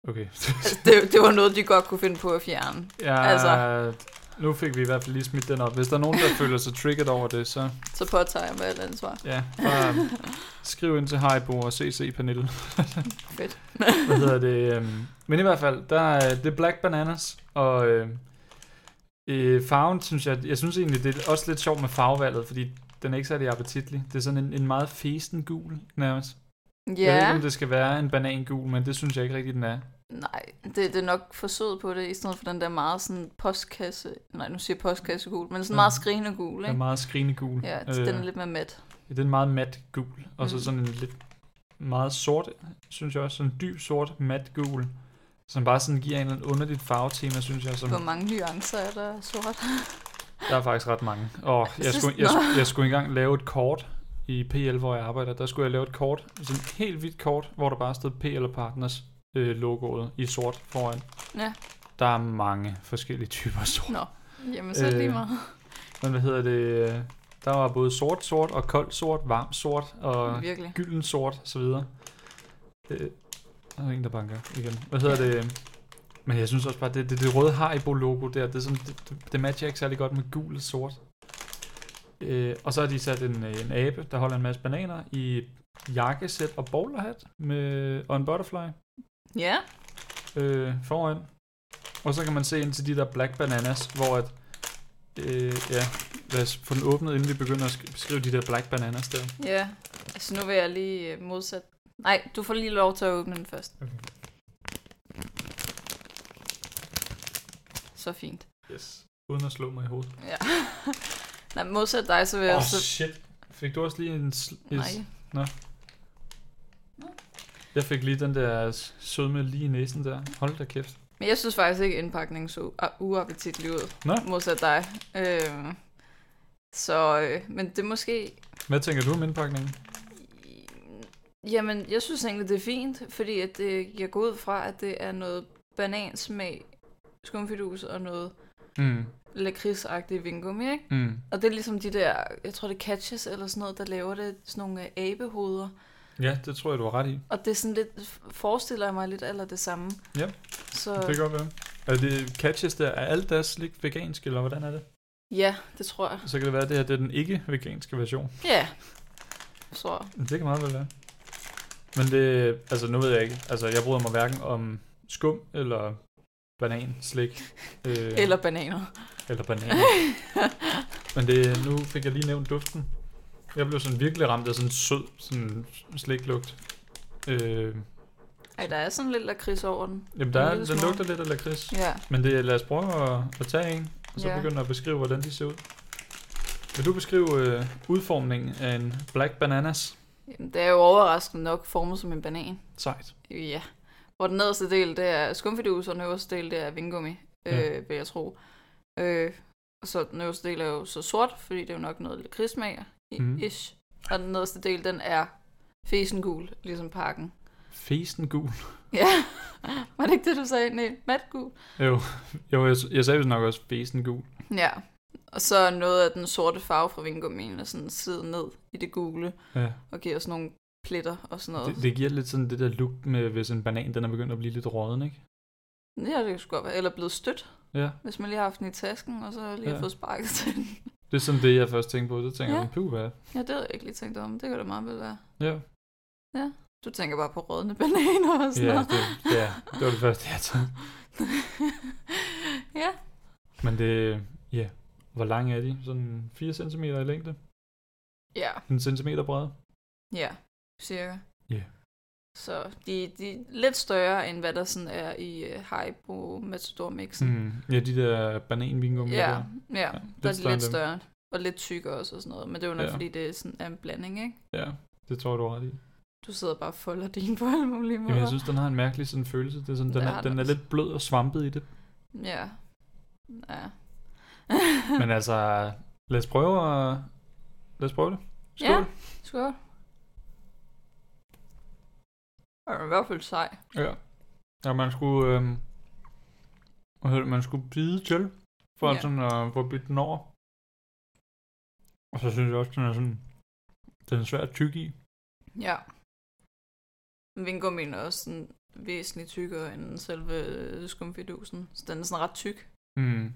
[SPEAKER 1] Okay.
[SPEAKER 2] Altså, det, det var noget, de godt kunne finde på at fjerne.
[SPEAKER 1] Ja,
[SPEAKER 2] Altså.
[SPEAKER 1] altså. nu fik vi i hvert fald lige smidt den op. Hvis der er nogen, der føler sig triggered over det, så
[SPEAKER 2] Så påtager jeg mig alt ansvar.
[SPEAKER 1] ja, bare skriv ind til Haribo og CC Pernille.
[SPEAKER 2] Fedt.
[SPEAKER 1] Hvad hedder det? øhm, Men i hvert fald, der er, det er Black Bananas, og øh, øh, farven, synes jeg, jeg synes egentlig, det er også lidt sjovt med farvevalget, fordi den er ikke særlig appetitlig. Det er sådan en, en meget festen gul, nærmest. Jeg ved ikke,
[SPEAKER 2] Ja,
[SPEAKER 1] om det skal være en banangul, men det synes jeg ikke rigtig, den er.
[SPEAKER 2] nej, det, det er nok forsøget på det, i stedet for den der meget sådan postkasse, nej, nu siger jeg postkassegul, men sådan
[SPEAKER 1] Ja.
[SPEAKER 2] meget skrigende gul,
[SPEAKER 1] Den er
[SPEAKER 2] ikke?
[SPEAKER 1] meget skrigende gul.
[SPEAKER 2] Ja, øh. den er lidt mere mat.
[SPEAKER 1] Det er en meget mat gul, og så
[SPEAKER 2] Mm.
[SPEAKER 1] sådan en lidt meget sort, synes jeg også, sådan en dyb sort mat gul, som bare sådan giver en eller anden underligt farvetema, synes jeg, som
[SPEAKER 2] Hvor mange nuancer er der af sort?
[SPEAKER 1] der er faktisk ret mange. Og jeg
[SPEAKER 2] Jeg synes-
[SPEAKER 1] skulle, jeg,
[SPEAKER 2] Nå.
[SPEAKER 1] skulle- jeg skulle engang lave et kort i PL, hvor jeg arbejder, der skulle jeg lave et kort, sådan et helt hvidt kort, hvor der bare stod PL Partners øh, logoet i sort foran.
[SPEAKER 2] Ja.
[SPEAKER 1] Der er mange forskellige typer af sort.
[SPEAKER 2] Nå, jamen så øh.
[SPEAKER 1] Øh.
[SPEAKER 2] lige meget.
[SPEAKER 1] Men hvad hedder det? øh, Der var både sort sort og kold sort, varm sort og
[SPEAKER 2] Virkelig.
[SPEAKER 1] gylden sort og så videre. Øh, der er en, der banker igen. Hvad hedder det? Men jeg synes også bare, det, det, det røde Haribo-logo der, det, er sådan, det, det- det matcher ikke særlig godt med gul og sort. Øh, og så har de sat en, øh, en abe, der holder en masse bananer i jakkesæt og bowlerhat med, og en butterfly
[SPEAKER 2] Ja,
[SPEAKER 1] øh, foran. Og så kan man se ind til de der black bananas, hvor at, øh, ja, lad os få den åbnet, inden vi begynder at sk- beskrive de der black bananas der.
[SPEAKER 2] ja. Altså nu vil jeg lige øh, modsat. Nej, du får lige lov til at åbne den først.
[SPEAKER 1] Okay.
[SPEAKER 2] Så fint.
[SPEAKER 1] Yes. Uden at slå mig i hovedet.
[SPEAKER 2] Ja. Nej, modsat dig, så vil
[SPEAKER 1] Åh,
[SPEAKER 2] jeg
[SPEAKER 1] oh,
[SPEAKER 2] Øh, så...
[SPEAKER 1] shit. Fik du også lige en... Sl- et-
[SPEAKER 2] Nej.
[SPEAKER 1] Jeg fik lige den der s- sødme lige i næsen der. Hold da kæft.
[SPEAKER 2] Men jeg synes faktisk ikke, at indpakningen så u- uappetitlig ud.
[SPEAKER 1] Nå.
[SPEAKER 2] Modsat dig. Øhm, så, øh, men det er måske...
[SPEAKER 1] Hvad tænker du om indpakningen?
[SPEAKER 2] Jamen, jeg synes egentlig, det er fint, fordi at det, jeg går ud fra, at det er noget banansmag, skumfidus og noget
[SPEAKER 1] Mm,
[SPEAKER 2] lakridsagtigt vingummi, ikke?
[SPEAKER 1] mm.
[SPEAKER 2] Og det er ligesom de der, jeg tror det er catches eller sådan noget, der laver det, sådan nogle øh, abehoveder.
[SPEAKER 1] Ja, det tror jeg, du har ret i.
[SPEAKER 2] Og det er sådan lidt, forestiller jeg mig lidt eller det samme.
[SPEAKER 1] Ja. Det
[SPEAKER 2] Så
[SPEAKER 1] kan godt være. Er det catches der? Er alt deres slik vegansk, eller hvordan er det?
[SPEAKER 2] ja, det tror jeg.
[SPEAKER 1] Så kan det være, at det her det er den ikke-veganske version.
[SPEAKER 2] Ja, tror jeg.
[SPEAKER 1] Det kan meget vel være. Men det... Altså, nu ved jeg ikke. Altså, jeg bryder mig hverken om skum eller banan, slik. Øh,
[SPEAKER 2] Eller bananer.
[SPEAKER 1] Eller banan. Men det, nu fik jeg lige nævnt duften. Jeg blev sådan virkelig ramt af sådan en sød sådan sliklugt. Øh,
[SPEAKER 2] Ej, der er sådan lidt lakrids over den.
[SPEAKER 1] jamen, der
[SPEAKER 2] En
[SPEAKER 1] er,
[SPEAKER 2] lille
[SPEAKER 1] den
[SPEAKER 2] smule.
[SPEAKER 1] lugter lidt af lakrids.
[SPEAKER 2] Ja.
[SPEAKER 1] Men det, lad os prøve at, at tage en, og så
[SPEAKER 2] Ja.
[SPEAKER 1] begynde at beskrive, hvordan de ser ud. Vil du beskrive øh, udformningen af en black bananas?
[SPEAKER 2] Jamen, det er jo overraskende nok formet som en banan.
[SPEAKER 1] Sejt.
[SPEAKER 2] Ja. Hvor den nederste del, det er skumfidus, og den øverste del, det er vingummi,
[SPEAKER 1] Ja.
[SPEAKER 2] øh, vil jeg tro. Øh, og så den øverste del er jo så sort, fordi det er jo nok noget lakridsmag,
[SPEAKER 1] Mhm.
[SPEAKER 2] ish. Og den nederste del, den er fesengul, ligesom pakken.
[SPEAKER 1] Fesen gul.
[SPEAKER 2] Ja, var det ikke det, du sagde? Nej, matgul.
[SPEAKER 1] Jo, jo jeg, jeg sagde jo nok også fesen gul.
[SPEAKER 2] Ja, og så noget af den sorte farve fra vingummien er sådan siddet ned i det gule,
[SPEAKER 1] Ja.
[SPEAKER 2] og giver sådan nogle pletter og sådan noget.
[SPEAKER 1] Det, det giver lidt sådan det der look med, hvis en banan den er begyndt at blive lidt råden, ikke?
[SPEAKER 2] Det, ja, det kan sgu godt være. Eller blevet stødt,
[SPEAKER 1] Ja.
[SPEAKER 2] hvis man lige har haft den i tasken, og så lige ja.
[SPEAKER 1] Ja.
[SPEAKER 2] har fået sparket til den.
[SPEAKER 1] Det er sådan det, jeg først tænkte på. Det tænker
[SPEAKER 2] Ja.
[SPEAKER 1] jeg, ja. puh, hvad?
[SPEAKER 2] Ja, det havde jeg ikke lige tænkt over, men det kan da meget vel være.
[SPEAKER 1] Ja,
[SPEAKER 2] Du tænker bare på rådne bananer og sådan
[SPEAKER 1] ja
[SPEAKER 2] noget.
[SPEAKER 1] det, ja, det var det første, jeg tænkte.
[SPEAKER 2] ja,
[SPEAKER 1] Men det, ja, hvor lang er de? Sådan 4 cm i længde?
[SPEAKER 2] ja,
[SPEAKER 1] En centimeter bred?
[SPEAKER 2] ja, cirka.
[SPEAKER 1] Ja.
[SPEAKER 2] Så de, de er lidt større, end hvad der sådan er i uh, Haribo Matador Mixen.
[SPEAKER 1] Mm. Ja, de der bananvingummi
[SPEAKER 2] ja,
[SPEAKER 1] der.
[SPEAKER 2] ja,
[SPEAKER 1] Ja,
[SPEAKER 2] der
[SPEAKER 1] lidt
[SPEAKER 2] er
[SPEAKER 1] større
[SPEAKER 2] de lidt
[SPEAKER 1] end dem.
[SPEAKER 2] større. Og lidt tykkere også og sådan noget. Men det er jo nok,
[SPEAKER 1] Ja.
[SPEAKER 2] ja. fordi det er sådan er en blanding, ikke?
[SPEAKER 1] Ja, det tror jeg, du har ret i.
[SPEAKER 2] Du sidder bare og folder dine på alle mulige måder.
[SPEAKER 1] Jamen, jeg synes, den har en mærkelig sådan følelse. Det er sådan, den,
[SPEAKER 2] Det
[SPEAKER 1] er,
[SPEAKER 2] har den
[SPEAKER 1] den er
[SPEAKER 2] også.
[SPEAKER 1] lidt blød og svampet i det.
[SPEAKER 2] Ja. Ja.
[SPEAKER 1] Men altså, lad os prøve at... Lad os prøve det. Skål.
[SPEAKER 2] Ja. Skål. Og den er i hvert fald sej.
[SPEAKER 1] Ja. ja man skulle... Øhm, hvad hedder det, man skulle bide til, for
[SPEAKER 2] Ja.
[SPEAKER 1] ja. sådan at få bidt den over. Og så synes jeg også, den er sådan... Den er svær at tykke i.
[SPEAKER 2] Ja. Men Vingummien er også sådan væsentligt tykkere end selve øh, skumfidusen. Så den er sådan ret tyk.
[SPEAKER 1] Mm.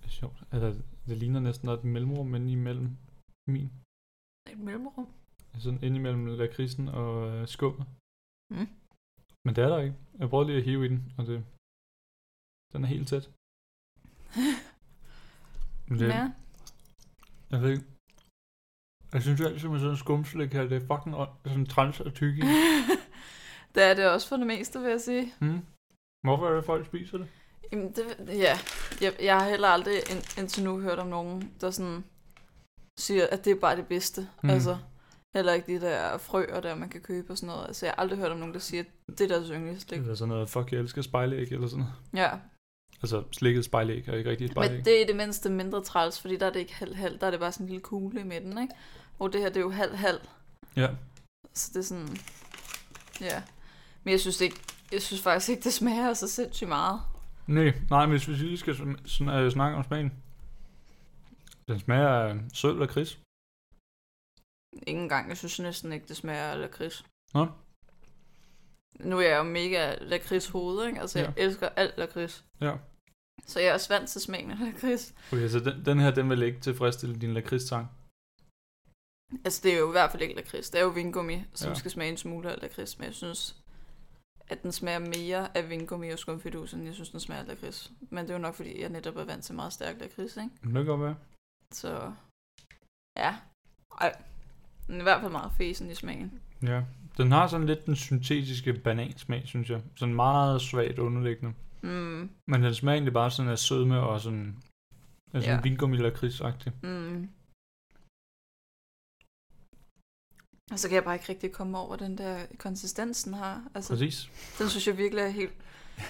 [SPEAKER 1] Det er sjovt. Altså, det ligner næsten, der er et mellemrum inde imellem min.
[SPEAKER 2] Et mellemrum.
[SPEAKER 1] Altså inde imellem lakridsen og øh, skummet.
[SPEAKER 2] Mm.
[SPEAKER 1] Men det er der ikke. Jeg prøvede lige at hive i den, og det... Den er helt tæt. Men det,
[SPEAKER 2] Ja.
[SPEAKER 1] Jeg ved ikke. Jeg synes jo altid med sådan en skumslik her, det er fucking ånd- sådan trans og tyk i.
[SPEAKER 2] det er det også for det meste, vil jeg sige.
[SPEAKER 1] Mm. Hvorfor er det, folk spiser det?
[SPEAKER 2] Jamen, det, ja. Jeg, jeg har heller aldrig ind, indtil nu hørt om nogen, der sådan siger, at det er bare det bedste.
[SPEAKER 1] Mm.
[SPEAKER 2] Mm. Altså, heller ikke de der frøer, der man kan købe og sådan noget. Altså, jeg har aldrig hørt om nogen, der siger, at det er deres yndlingsslik.
[SPEAKER 1] Det er sådan noget, fuck, jeg elsker spejlæg eller sådan noget.
[SPEAKER 2] Ja,
[SPEAKER 1] Altså slikket spejlæg og ikke rigtig et spejlæg.
[SPEAKER 2] men det er i det mindste mindre træls, fordi der er det ikke halv-halv, der er det bare sådan en lille kugle i midten, ikke? Og det her, det er jo halv-halv,
[SPEAKER 1] Ja.
[SPEAKER 2] så det er sådan, ja. Men jeg synes, ikke, jeg synes faktisk ikke, det smager så sindssygt meget.
[SPEAKER 1] Nej, nej, men hvis vi lige skal sm- sn- øh, snakke om smagen. Den smager af sød og kris.
[SPEAKER 2] Ikke engang, jeg synes næsten ikke, det smager af lakrids.
[SPEAKER 1] Nå.
[SPEAKER 2] Nu er jeg jo mega lakrids hoved, ikke? Altså, ja. jeg elsker alt lakrids.
[SPEAKER 1] Ja.
[SPEAKER 2] Så jeg er også vant til smagen af lakrids.
[SPEAKER 1] Okay, så altså, den, den her, den vil ikke tilfredsstille din lakridstang.
[SPEAKER 2] Altså, det er jo i hvert fald ikke lakrids. Det er jo vingummi, som
[SPEAKER 1] Ja.
[SPEAKER 2] ja. skal smage en smule af lakrids. Men jeg synes, at den smager mere af vingummi og skumfidus, end jeg synes, den smager af lakrids. Men det er jo nok, fordi jeg netop er vant til meget stærk lakrids, ikke?
[SPEAKER 1] Men det kan godt være.
[SPEAKER 2] Så ja. Ej. Den er i hvert fald meget fesen i smagen.
[SPEAKER 1] Ja. Den har sådan lidt den syntetiske banansmag, synes jeg. Sådan meget svagt underliggende.
[SPEAKER 2] Mm,
[SPEAKER 1] Men den smager egentlig bare sådan af sødme og sådan... Altså ja.
[SPEAKER 2] Ja.
[SPEAKER 1] en vingummi lakridsagtig.
[SPEAKER 2] mm. Og så kan jeg bare ikke rigtig komme over den der konsistensen har. Altså,
[SPEAKER 1] Præcis.
[SPEAKER 2] Den synes jeg virkelig er helt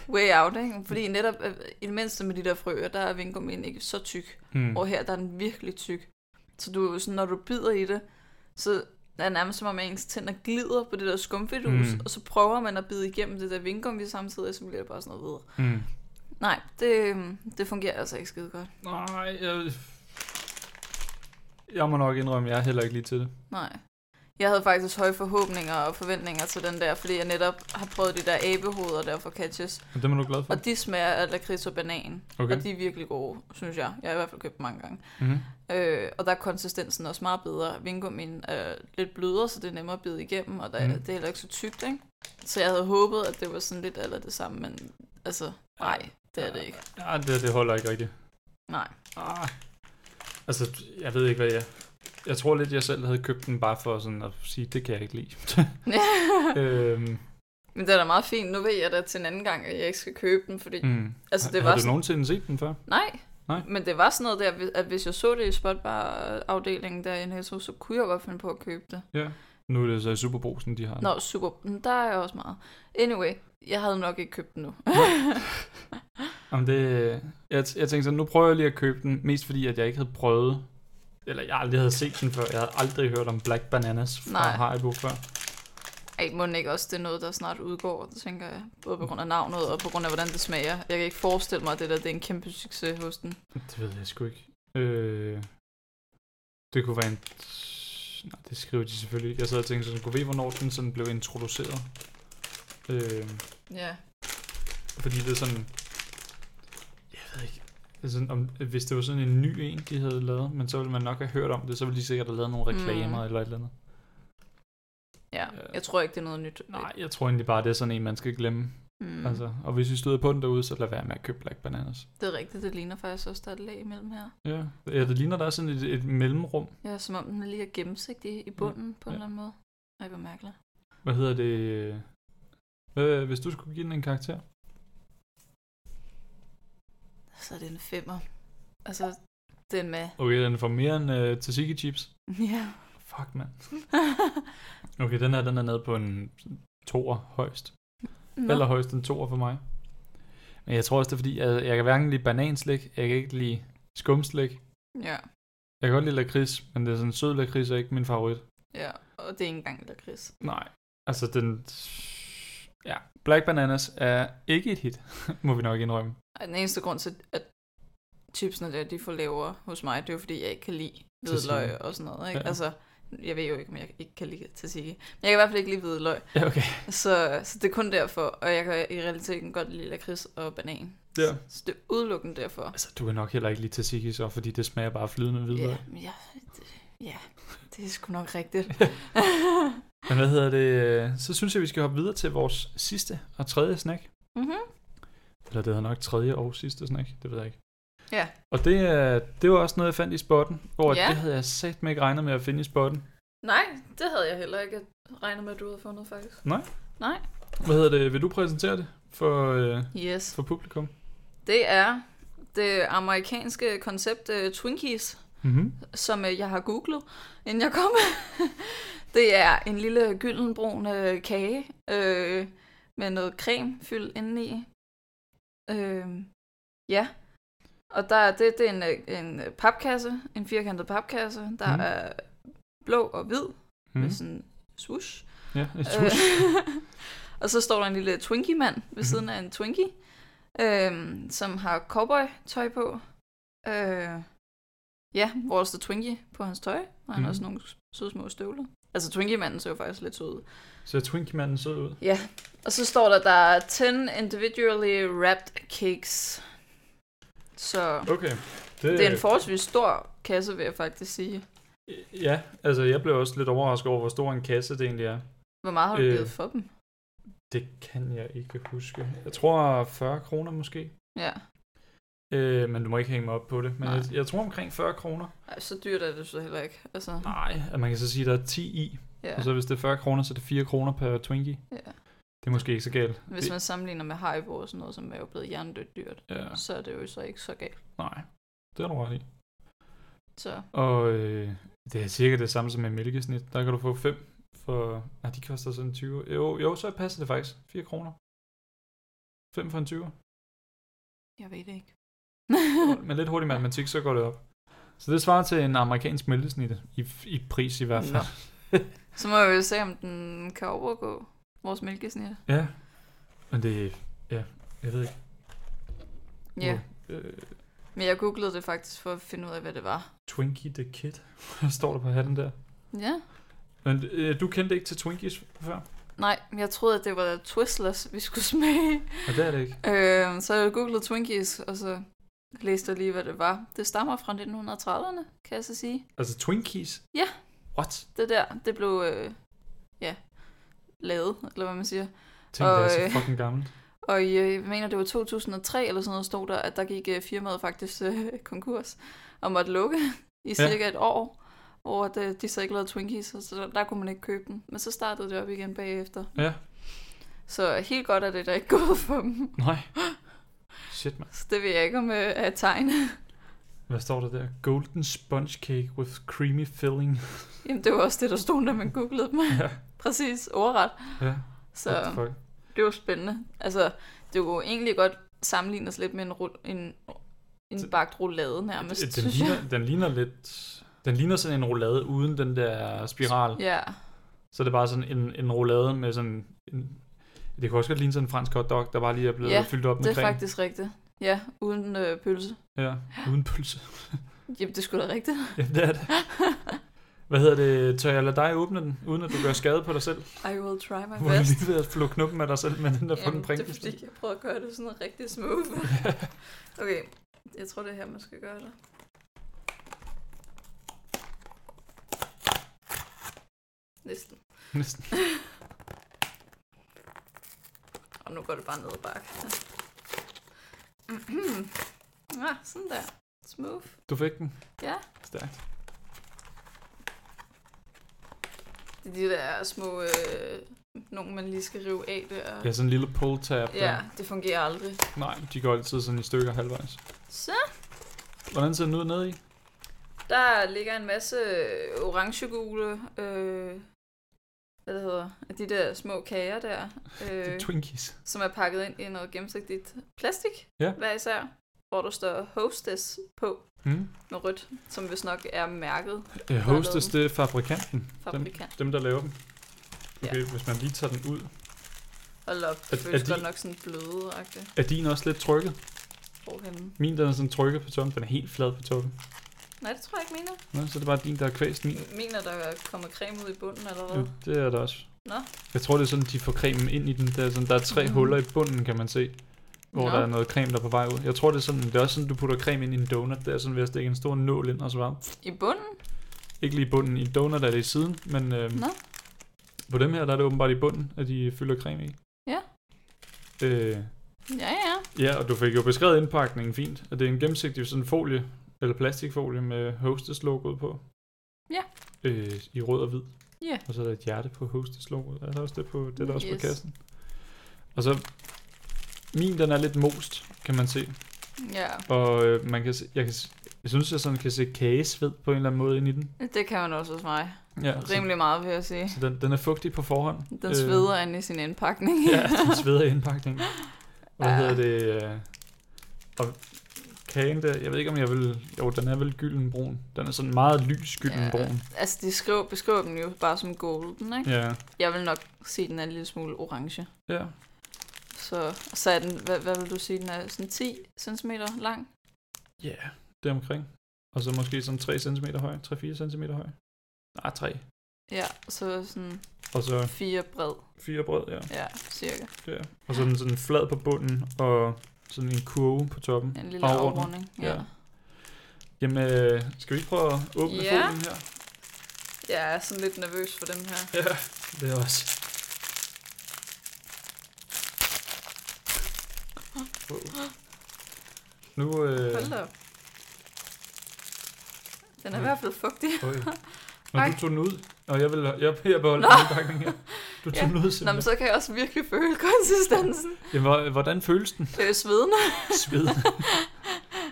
[SPEAKER 2] way out, ikke? Fordi netop øh, i det mindste med de der frøer, der er vingummien ikke så tyk.
[SPEAKER 1] Mm.
[SPEAKER 2] Og her, der er den virkelig tyk. Så du, sådan, når du bider i det, så er det nærmest som om ens tænder glider på det der skumfidus,
[SPEAKER 1] Mm.
[SPEAKER 2] mm. og så prøver man at bide igennem det der vingummi samtidig, og så bliver det bare sådan noget videre.
[SPEAKER 1] Mm.
[SPEAKER 2] Nej, det, det fungerer altså ikke skide godt.
[SPEAKER 1] Nej, jeg... Jeg må nok indrømme, jeg er heller ikke lige til det.
[SPEAKER 2] Nej. Jeg havde faktisk høje forhåbninger og forventninger til den der, fordi jeg netop har prøvet de der abehoveder der fra Catches,
[SPEAKER 1] Men det er du glad for.
[SPEAKER 2] og de smager af lakrids og banan.
[SPEAKER 1] Okay.
[SPEAKER 2] Og de er virkelig gode, synes jeg. Jeg har i hvert fald købt dem mange gange.
[SPEAKER 1] Mm-hmm.
[SPEAKER 2] Øh, og der er konsistensen også meget bedre. Vingummien er lidt blødere, så det er nemmere at bide igennem, og der,
[SPEAKER 1] Mm.
[SPEAKER 2] mm. det er heller ikke så tykt, ikke? Så jeg havde håbet, at det var sådan lidt eller det samme, men altså, nej, det er det ikke.
[SPEAKER 1] Ja, det, det holder ikke rigtigt.
[SPEAKER 2] Nej.
[SPEAKER 1] Ah. Altså, jeg ved ikke, hvad jeg... Jeg tror lidt, jeg selv havde købt den bare for sådan at sige, det kan jeg ikke lide. øhm,
[SPEAKER 2] men det er da meget fint. Nu ved jeg da til en anden gang, at jeg ikke skal købe den, fordi... Mm.
[SPEAKER 1] mm.
[SPEAKER 2] Altså, det
[SPEAKER 1] Har-
[SPEAKER 2] var
[SPEAKER 1] Har du
[SPEAKER 2] sådan-
[SPEAKER 1] nogensinde set den før?
[SPEAKER 2] Nej.
[SPEAKER 1] Nej.
[SPEAKER 2] Men det var sådan noget der, at hvis jeg så det i spotbar-afdelingen der i Netto, så kunne jeg godt finde på at købe det.
[SPEAKER 1] Ja. Nu er det så i Superbrusen, de har den.
[SPEAKER 2] Nå, super. Der er jeg også meget. Anyway, jeg havde nok ikke købt den nu.
[SPEAKER 1] Jamen det, jeg, jeg tænkte sådan, nu prøver jeg lige at købe den, mest fordi, at jeg ikke havde prøvet, eller jeg aldrig havde set den før. Jeg havde aldrig hørt om Black Bananas fra Nej.
[SPEAKER 2] Nej.
[SPEAKER 1] Haribo før.
[SPEAKER 2] Ej, må den ikke også, det er noget, der snart udgår, det tænker jeg. Både på grund af navnet og på grund af, hvordan det smager. Jeg kan ikke forestille mig, at det der det er en kæmpe succes hos den.
[SPEAKER 1] Det ved jeg sgu ikke. Øh, det kunne være en... Nej, det skriver de selvfølgelig. Jeg sad og tænkte sådan, kunne vi hvornår den sådan blev introduceret? Øh,
[SPEAKER 2] Ja.
[SPEAKER 1] fordi det er sådan... Jeg ved ikke... Det er sådan, om, hvis det var sådan en ny en, de havde lavet, men så ville man nok have hørt om det, så ville de sikkert have lavet nogle reklamer
[SPEAKER 2] Mm.
[SPEAKER 1] mm. eller et eller andet.
[SPEAKER 2] ja.
[SPEAKER 1] Ja.
[SPEAKER 2] Jeg tror ikke, det er noget nyt.
[SPEAKER 1] Nej, jeg tror egentlig bare, det er sådan en, man skal glemme.
[SPEAKER 2] Mm.
[SPEAKER 1] Mm. Altså, og hvis I støder på den derude, så lad være med at købe Black Bananas.
[SPEAKER 2] Det er rigtigt, det ligner faktisk også, der er et lag imellem her.
[SPEAKER 1] Ja, ja det ligner, der er sådan et, et mellemrum.
[SPEAKER 2] Ja, som om den lige er gennemsigtig i bunden på
[SPEAKER 1] Mm.
[SPEAKER 2] en
[SPEAKER 1] Ja.
[SPEAKER 2] eller anden måde. Ej, hvor mærkeligt.
[SPEAKER 1] Hvad hedder det? øh, Hvad, hvis du skulle give den en karakter?
[SPEAKER 2] Så er det en femmer. Altså, den med.
[SPEAKER 1] Okay, den får mere end øh, tzatziki chips.
[SPEAKER 2] Ja.
[SPEAKER 1] Fuck, mand. Okay, den her, den er nede på en toer højst.
[SPEAKER 2] Nå.
[SPEAKER 1] Nå. Eller højst en toer for mig. Men jeg tror også, det er fordi, jeg, jeg kan hverken lide bananslik, jeg kan ikke lide skumslik.
[SPEAKER 2] Ja,
[SPEAKER 1] Jeg kan godt lide lakrids, men det er sådan sød lakrids er ikke min favorit.
[SPEAKER 2] ja. Og det er ikke engang lakrids.
[SPEAKER 1] Nej, altså den... Ja, Black Bananas er ikke et hit, må vi nok indrømme.
[SPEAKER 2] Ej, Den eneste grund til, at chipsene der, de får lavere hos mig, det er jo fordi, jeg ikke kan lide hvidløg
[SPEAKER 1] Tzatziki.
[SPEAKER 2] og sådan noget. Ikke?
[SPEAKER 1] Ja.
[SPEAKER 2] Altså, jeg ved jo ikke, om jeg ikke kan lide tzatziki. Men jeg kan i hvert fald ikke lide hvidløg.
[SPEAKER 1] Ja, okay.
[SPEAKER 2] Så, så det er kun derfor, og jeg kan i realiteten godt lide lakrids og banan.
[SPEAKER 1] Ja.
[SPEAKER 2] Så det er udelukkende derfor.
[SPEAKER 1] Altså, du kan nok heller ikke lide tzatziki så, fordi det smager bare flydende hvidløg.
[SPEAKER 2] Ja, men jeg, det, ja, det er sgu nok rigtigt.
[SPEAKER 1] Men hvad hedder det? øh, Så synes jeg, vi skal hoppe videre til vores sidste og tredje snack.
[SPEAKER 2] mm-hmm.
[SPEAKER 1] Eller det hedder nok tredje og sidste snack, det ved jeg ikke.
[SPEAKER 2] Ja.
[SPEAKER 1] Og det, er- det var også noget, jeg fandt i spotten, hvor
[SPEAKER 2] Ja.
[SPEAKER 1] det havde jeg satme ikke regnet med at finde i spotten.
[SPEAKER 2] Nej, det havde jeg heller ikke regnet med, at du havde fundet faktisk.
[SPEAKER 1] Nej.
[SPEAKER 2] Nej.
[SPEAKER 1] Hvad hedder det? Vil du præsentere det for, øh,
[SPEAKER 2] Yes.
[SPEAKER 1] for publikum?
[SPEAKER 2] Det er det amerikanske koncept uh, Twinkies,
[SPEAKER 1] Mm-hmm.
[SPEAKER 2] som uh, jeg har googlet, inden jeg kom. det er en lille gyldenbrun uh, kage uh, med noget creme fyldt indeni. Uh, ja. Og der er, det, det er en, øh, en øh, papkasse, en firkantet papkasse, der
[SPEAKER 1] Mhm.
[SPEAKER 2] er blå og hvid med
[SPEAKER 1] Mm.
[SPEAKER 2] sådan en swoosh.
[SPEAKER 1] Ja, et
[SPEAKER 2] Øh,
[SPEAKER 1] sus.
[SPEAKER 2] og så står der en lille Twinkie-mand ved
[SPEAKER 1] Mhm.
[SPEAKER 2] siden af en Twinkie, øhm, som har cowboy-tøj på. Øh, ja, hvor der står Twinkie på hans tøj, og han har
[SPEAKER 1] Mhm.
[SPEAKER 2] også nogle søde små støvler. Altså Twinkie-manden ser jo faktisk lidt sød ud.
[SPEAKER 1] Ser Twinkie-manden sød ud?
[SPEAKER 2] Ja, og så står der, der er 10 individually wrapped cakes. Så
[SPEAKER 1] Okay.
[SPEAKER 2] det er
[SPEAKER 1] Øh.
[SPEAKER 2] en forholdsvis stor kasse, vil jeg faktisk sige.
[SPEAKER 1] Ja, altså jeg blev også lidt overrasket over, hvor stor en kasse det egentlig er.
[SPEAKER 2] Hvor meget har du
[SPEAKER 1] Øh.
[SPEAKER 2] givet for dem?
[SPEAKER 1] Det kan jeg ikke huske. Jeg tror 40 kroner måske.
[SPEAKER 2] Ja,
[SPEAKER 1] Øh, men du må ikke hænge mig op på det. Men
[SPEAKER 2] Nej.
[SPEAKER 1] jeg, jeg tror omkring 40 kroner.
[SPEAKER 2] Ej, så dyrt er det så heller ikke. Altså,
[SPEAKER 1] Nej, at man kan så sige, at der er 10 i.
[SPEAKER 2] ja.
[SPEAKER 1] Ja. Og så hvis det er 40 kroner, så er det 4 kroner per Twinkie.
[SPEAKER 2] ja.
[SPEAKER 1] Det er måske ikke så galt.
[SPEAKER 2] Hvis man sammenligner med Haribo og sådan noget, som er jo blevet hjernedødt dyrt,
[SPEAKER 1] det, ja,
[SPEAKER 2] så er det jo så ikke så galt.
[SPEAKER 1] nej, det er du ret i.
[SPEAKER 2] Så
[SPEAKER 1] Og øh, det er cirka det samme som med mælkesnit. Der kan du få 5 for... Nej, de koster sådan 20. Jo, jo så passer det faktisk. 4 kroner. 5 for en 20.
[SPEAKER 2] jeg ved det ikke.
[SPEAKER 1] Med lidt hurtig matematik, så går det op. Så det svarer til en amerikansk mælkesnitte. I, I pris i hvert fald.
[SPEAKER 2] så må vi jo se, om den kan overgå vores mælkesnit.
[SPEAKER 1] Ja. Men det... Ja, jeg ved ikke.
[SPEAKER 2] Ja,
[SPEAKER 1] Uh, øh,
[SPEAKER 2] men jeg googlede det faktisk for at finde ud af, hvad det var.
[SPEAKER 1] Twinkie the Kid. Står der på hatten der.
[SPEAKER 2] Ja.
[SPEAKER 1] Men øh, du kendte ikke til Twinkies før?
[SPEAKER 2] Nej, men jeg troede, at det var Twizzlers, vi skulle smage.
[SPEAKER 1] Og det er det ikke.
[SPEAKER 2] Øh, så jeg googlede Twinkies, og så læste jeg lige, hvad det var. Det stammer fra 1930'erne, kan jeg så sige.
[SPEAKER 1] Altså Twinkies?
[SPEAKER 2] Ja.
[SPEAKER 1] What?
[SPEAKER 2] Det der, det blev, øh, ja, lavet, eller hvad man siger.
[SPEAKER 1] Tænk, det er
[SPEAKER 2] Og, øh,
[SPEAKER 1] så fucking gammelt.
[SPEAKER 2] Og i, øh, jeg mener, det var 2003 eller sådan noget, stod der, at der gik øh, firmaet faktisk øh, konkurs og måtte lukke i cirka et år, hvor at, øh, de så ikke lavede Twinkies, og så der, der kunne man ikke købe dem. Men så startede det op igen bagefter.
[SPEAKER 1] Ja.
[SPEAKER 2] Så helt godt er det da ikke gået for dem.
[SPEAKER 1] Nej. Shit, man.
[SPEAKER 2] Så det ved jeg ikke, om øh, er et tegn.
[SPEAKER 1] Hvad står der der? Golden sponge cake with creamy filling.
[SPEAKER 2] Jamen, det var også det, der stod, da man googlede dem.
[SPEAKER 1] ja.
[SPEAKER 2] Præcis, ordret.
[SPEAKER 1] Ja.
[SPEAKER 2] Så
[SPEAKER 1] What the fuck?
[SPEAKER 2] det var spændende. Altså, det kunne egentlig godt sammenlignes lidt med en, rull, en, en
[SPEAKER 1] Det-
[SPEAKER 2] bagt roulade nærmest,
[SPEAKER 1] Den, den,
[SPEAKER 2] synes jeg.
[SPEAKER 1] ligner, den ligner lidt... Den ligner sådan en roulade uden den der spiral.
[SPEAKER 2] Ja,
[SPEAKER 1] Så det er bare sådan en, en roulade med sådan... En, det kunne også godt ligne sådan en fransk hotdog, der bare lige er blevet
[SPEAKER 2] Ja,
[SPEAKER 1] ja, fyldt op med
[SPEAKER 2] det er
[SPEAKER 1] creme.
[SPEAKER 2] faktisk rigtigt. Ja, uden øh, pølse.
[SPEAKER 1] Ja, uden pølse.
[SPEAKER 2] Jamen, det skulle da rigtigt.
[SPEAKER 1] Jamen, det er det. Hvad hedder det? Tør jeg lade dig åbne den, uden at du gør skade på dig selv?
[SPEAKER 2] I will try my
[SPEAKER 1] Hvor er
[SPEAKER 2] best.
[SPEAKER 1] lige ved at flå knuppen af dig selv med den der fucking
[SPEAKER 2] det er
[SPEAKER 1] prinkes.
[SPEAKER 2] fordi, jeg prøver at gøre det sådan noget rigtig smooth. okay, jeg tror, det er her, man skal gøre det. Næsten.
[SPEAKER 1] Næsten.
[SPEAKER 2] Og nu går det bare ned ad bakke. ja, Ah, sådan der. Smooth.
[SPEAKER 1] Du fik den?
[SPEAKER 2] Ja.
[SPEAKER 1] Stærkt.
[SPEAKER 2] Det er de der små, øh, nogen man lige skal rive af der.
[SPEAKER 1] Ja, sådan en lille pull tab. der.
[SPEAKER 2] ja det fungerer aldrig.
[SPEAKER 1] Nej, de går altid sådan i stykker halvvejs.
[SPEAKER 2] Så.
[SPEAKER 1] Hvordan ser den ud nede i?
[SPEAKER 2] Der ligger en masse øh, orangegule, øh, hvad det hedder, af de der små kager der,
[SPEAKER 1] Øh.
[SPEAKER 2] øh,
[SPEAKER 1] Twinkies.
[SPEAKER 2] som er pakket ind i noget gennemsigtigt plastik,
[SPEAKER 1] Ja.
[SPEAKER 2] hver især, hvor der står hostess på
[SPEAKER 1] Hmm?
[SPEAKER 2] med rødt, som vist nok er mærket
[SPEAKER 1] Øh, hostess, det er fabrikanten.
[SPEAKER 2] fabrikant.
[SPEAKER 1] Dem, der laver dem. Okay,
[SPEAKER 2] Ja.
[SPEAKER 1] ja. hvis man lige tager den ud.
[SPEAKER 2] Hold op, det
[SPEAKER 1] Er-
[SPEAKER 2] føles
[SPEAKER 1] er de-
[SPEAKER 2] godt nok sådan bløde-agtigt.
[SPEAKER 1] Er din også lidt trykket?
[SPEAKER 2] Hvorhenne?
[SPEAKER 1] Min, den er sådan trykket på toppen. Den er helt flad på toppen.
[SPEAKER 2] Nej, det tror jeg ikke, mener.
[SPEAKER 1] Nå, så det er bare din, der har kvæst min.
[SPEAKER 2] Mener, der kommer creme ud i bunden, eller
[SPEAKER 1] Jo,
[SPEAKER 2] hvad?
[SPEAKER 1] det er der også.
[SPEAKER 2] Nå.
[SPEAKER 1] Jeg tror, det er sådan, de får cremen ind i den. Der er, sådan, der er tre
[SPEAKER 2] Mm.
[SPEAKER 1] mm. huller i bunden, kan man se. Hvor
[SPEAKER 2] Nå.
[SPEAKER 1] der er noget creme, der er på vej ud. Jeg tror, det er sådan, det er også sådan, du putter creme ind i en donut. Det er sådan ved at stikke en stor nål ind og så bare.
[SPEAKER 2] I bunden?
[SPEAKER 1] Ikke lige i bunden. I en donut er det i siden, men øhm,
[SPEAKER 2] Nå.
[SPEAKER 1] på dem her, der er det åbenbart i bunden, at de fylder creme i.
[SPEAKER 2] Ja.
[SPEAKER 1] Øh,
[SPEAKER 2] Ja, ja.
[SPEAKER 1] ja, og du fik jo beskrevet indpakningen fint. At det er en gennemsigtig sådan folie, eller plastikfolie med Hostess logoet på.
[SPEAKER 2] Ja.
[SPEAKER 1] Øh, I rød og hvid.
[SPEAKER 2] Ja.
[SPEAKER 1] Og så er der et hjerte på Hostess logoet. Er der også det på, det er der også
[SPEAKER 2] Yes.
[SPEAKER 1] på kassen? Og så, min den er lidt most, kan man se.
[SPEAKER 2] Ja,
[SPEAKER 1] Og øh, man kan se, jeg, kan, se- jeg synes, jeg sådan kan se kagesved på en eller anden måde ind i den.
[SPEAKER 2] det kan man også hos mig.
[SPEAKER 1] Ja, så,
[SPEAKER 2] Rimelig meget, vil jeg sige.
[SPEAKER 1] så den, den er fugtig på forhånd.
[SPEAKER 2] Den sveder ind i sin indpakning.
[SPEAKER 1] Øh, ja, den sveder i indpakningen. Og hvad hedder
[SPEAKER 2] Ja.
[SPEAKER 1] det? Øh, og kagen der, jeg ved ikke om jeg vil... Jo, den er vel gyldenbrun. Den er sådan meget lys gyldenbrun.
[SPEAKER 2] Altså, de skriver, beskriver den jo bare som golden, ikke?
[SPEAKER 1] Ja. ja.
[SPEAKER 2] Jeg vil nok sige, den er en lille smule orange.
[SPEAKER 1] Ja,
[SPEAKER 2] Så, så er den, hvad, hvad vil du sige, den er sådan 10 cm lang?
[SPEAKER 1] yeah. det er omkring. Og så måske sådan 3 cm høj, 3-4 cm høj. Nej, 3.
[SPEAKER 2] Ja, så sådan
[SPEAKER 1] Og så
[SPEAKER 2] 4 bred,
[SPEAKER 1] 4 bred, ja.
[SPEAKER 2] ja, cirka.
[SPEAKER 1] ja. Og så er den sådan flad på bunden, og sådan en kurve på toppen.
[SPEAKER 2] En lille
[SPEAKER 1] Afrunder.
[SPEAKER 2] afrunding. Ja.
[SPEAKER 1] Ja. Jamen, øh, skal vi ikke prøve at åbne
[SPEAKER 2] Ja.
[SPEAKER 1] folien her?
[SPEAKER 2] Jeg er sådan lidt nervøs for dem her.
[SPEAKER 1] Ja, det er også. Wow. Nu, øh,
[SPEAKER 2] Hold da op. Den er i
[SPEAKER 1] Ja.
[SPEAKER 2] hvert fald fugtig.
[SPEAKER 1] øj. Nå,
[SPEAKER 2] Ej.
[SPEAKER 1] du tog den ud, og jeg vil jeg, jeg beholdt
[SPEAKER 2] Nå.
[SPEAKER 1] den indpakning her. Du tog
[SPEAKER 2] Ja.
[SPEAKER 1] den ud
[SPEAKER 2] Nå, men
[SPEAKER 1] simpelthen.
[SPEAKER 2] så kan jeg også virkelig føle konsistensen.
[SPEAKER 1] Jamen, hvor- hvordan føles den?
[SPEAKER 2] Det er jo svedende.
[SPEAKER 1] Sved.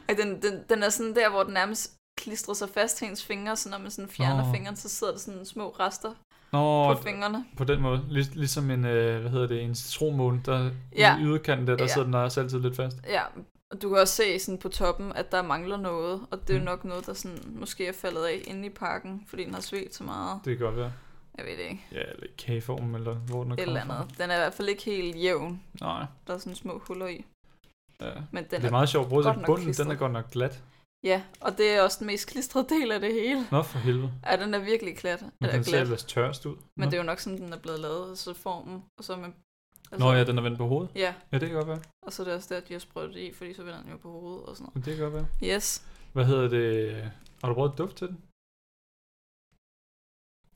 [SPEAKER 2] Ej, den, den, den er sådan der, hvor den nærmest klistrer sig fast til ens fingre, så når man sådan fjerner
[SPEAKER 1] Nå.
[SPEAKER 2] fingeren, så sidder der sådan små rester
[SPEAKER 1] Nå,
[SPEAKER 2] på fingrene.
[SPEAKER 1] på den måde. Lig, ligesom en, øh, hvad hedder det, en citronmåne, der
[SPEAKER 2] Ja.
[SPEAKER 1] ja. i yderkanten der, der
[SPEAKER 2] Ja.
[SPEAKER 1] ja. sidder den også altid lidt fast.
[SPEAKER 2] Ja, og du kan også se sådan på toppen, at der mangler noget, og det er jo
[SPEAKER 1] Mm.
[SPEAKER 2] nok noget, der sådan måske er faldet af inde i pakken, fordi den har svedt så meget.
[SPEAKER 1] Det kan godt være.
[SPEAKER 2] Jeg ved det ikke.
[SPEAKER 1] Ja, eller i kageformen, eller hvor den er
[SPEAKER 2] Et eller
[SPEAKER 1] kommet fra.
[SPEAKER 2] andet. Den er i hvert fald ikke helt jævn.
[SPEAKER 1] Nej,
[SPEAKER 2] Der er sådan små huller i.
[SPEAKER 1] ja.
[SPEAKER 2] Men
[SPEAKER 1] Den
[SPEAKER 2] den
[SPEAKER 1] det
[SPEAKER 2] er,
[SPEAKER 1] er meget sjovt, både
[SPEAKER 2] godt
[SPEAKER 1] at
[SPEAKER 2] nok
[SPEAKER 1] bunden, den er
[SPEAKER 2] klistret.
[SPEAKER 1] godt nok glat.
[SPEAKER 2] Ja, og det er også den mest klistrede del af det hele.
[SPEAKER 1] Nå for helvede.
[SPEAKER 2] Ja, den er virkelig klat.
[SPEAKER 1] Men
[SPEAKER 2] Eller
[SPEAKER 1] den ser
[SPEAKER 2] glat.
[SPEAKER 1] ellers tørst ud.
[SPEAKER 2] Men
[SPEAKER 1] Nå.
[SPEAKER 2] det er jo nok sådan, den er blevet lavet, så formen, og så med... altså-
[SPEAKER 1] Nå ja, den er vendt på hovedet.
[SPEAKER 2] Ja,
[SPEAKER 1] Ja, det kan godt være.
[SPEAKER 2] og så er det også der, de har sprøjtet i, fordi så vender den jo på hovedet og sådan noget.
[SPEAKER 1] Det kan godt være.
[SPEAKER 2] Yes.
[SPEAKER 1] Hvad hedder det? Har du prøvet at dufte til den?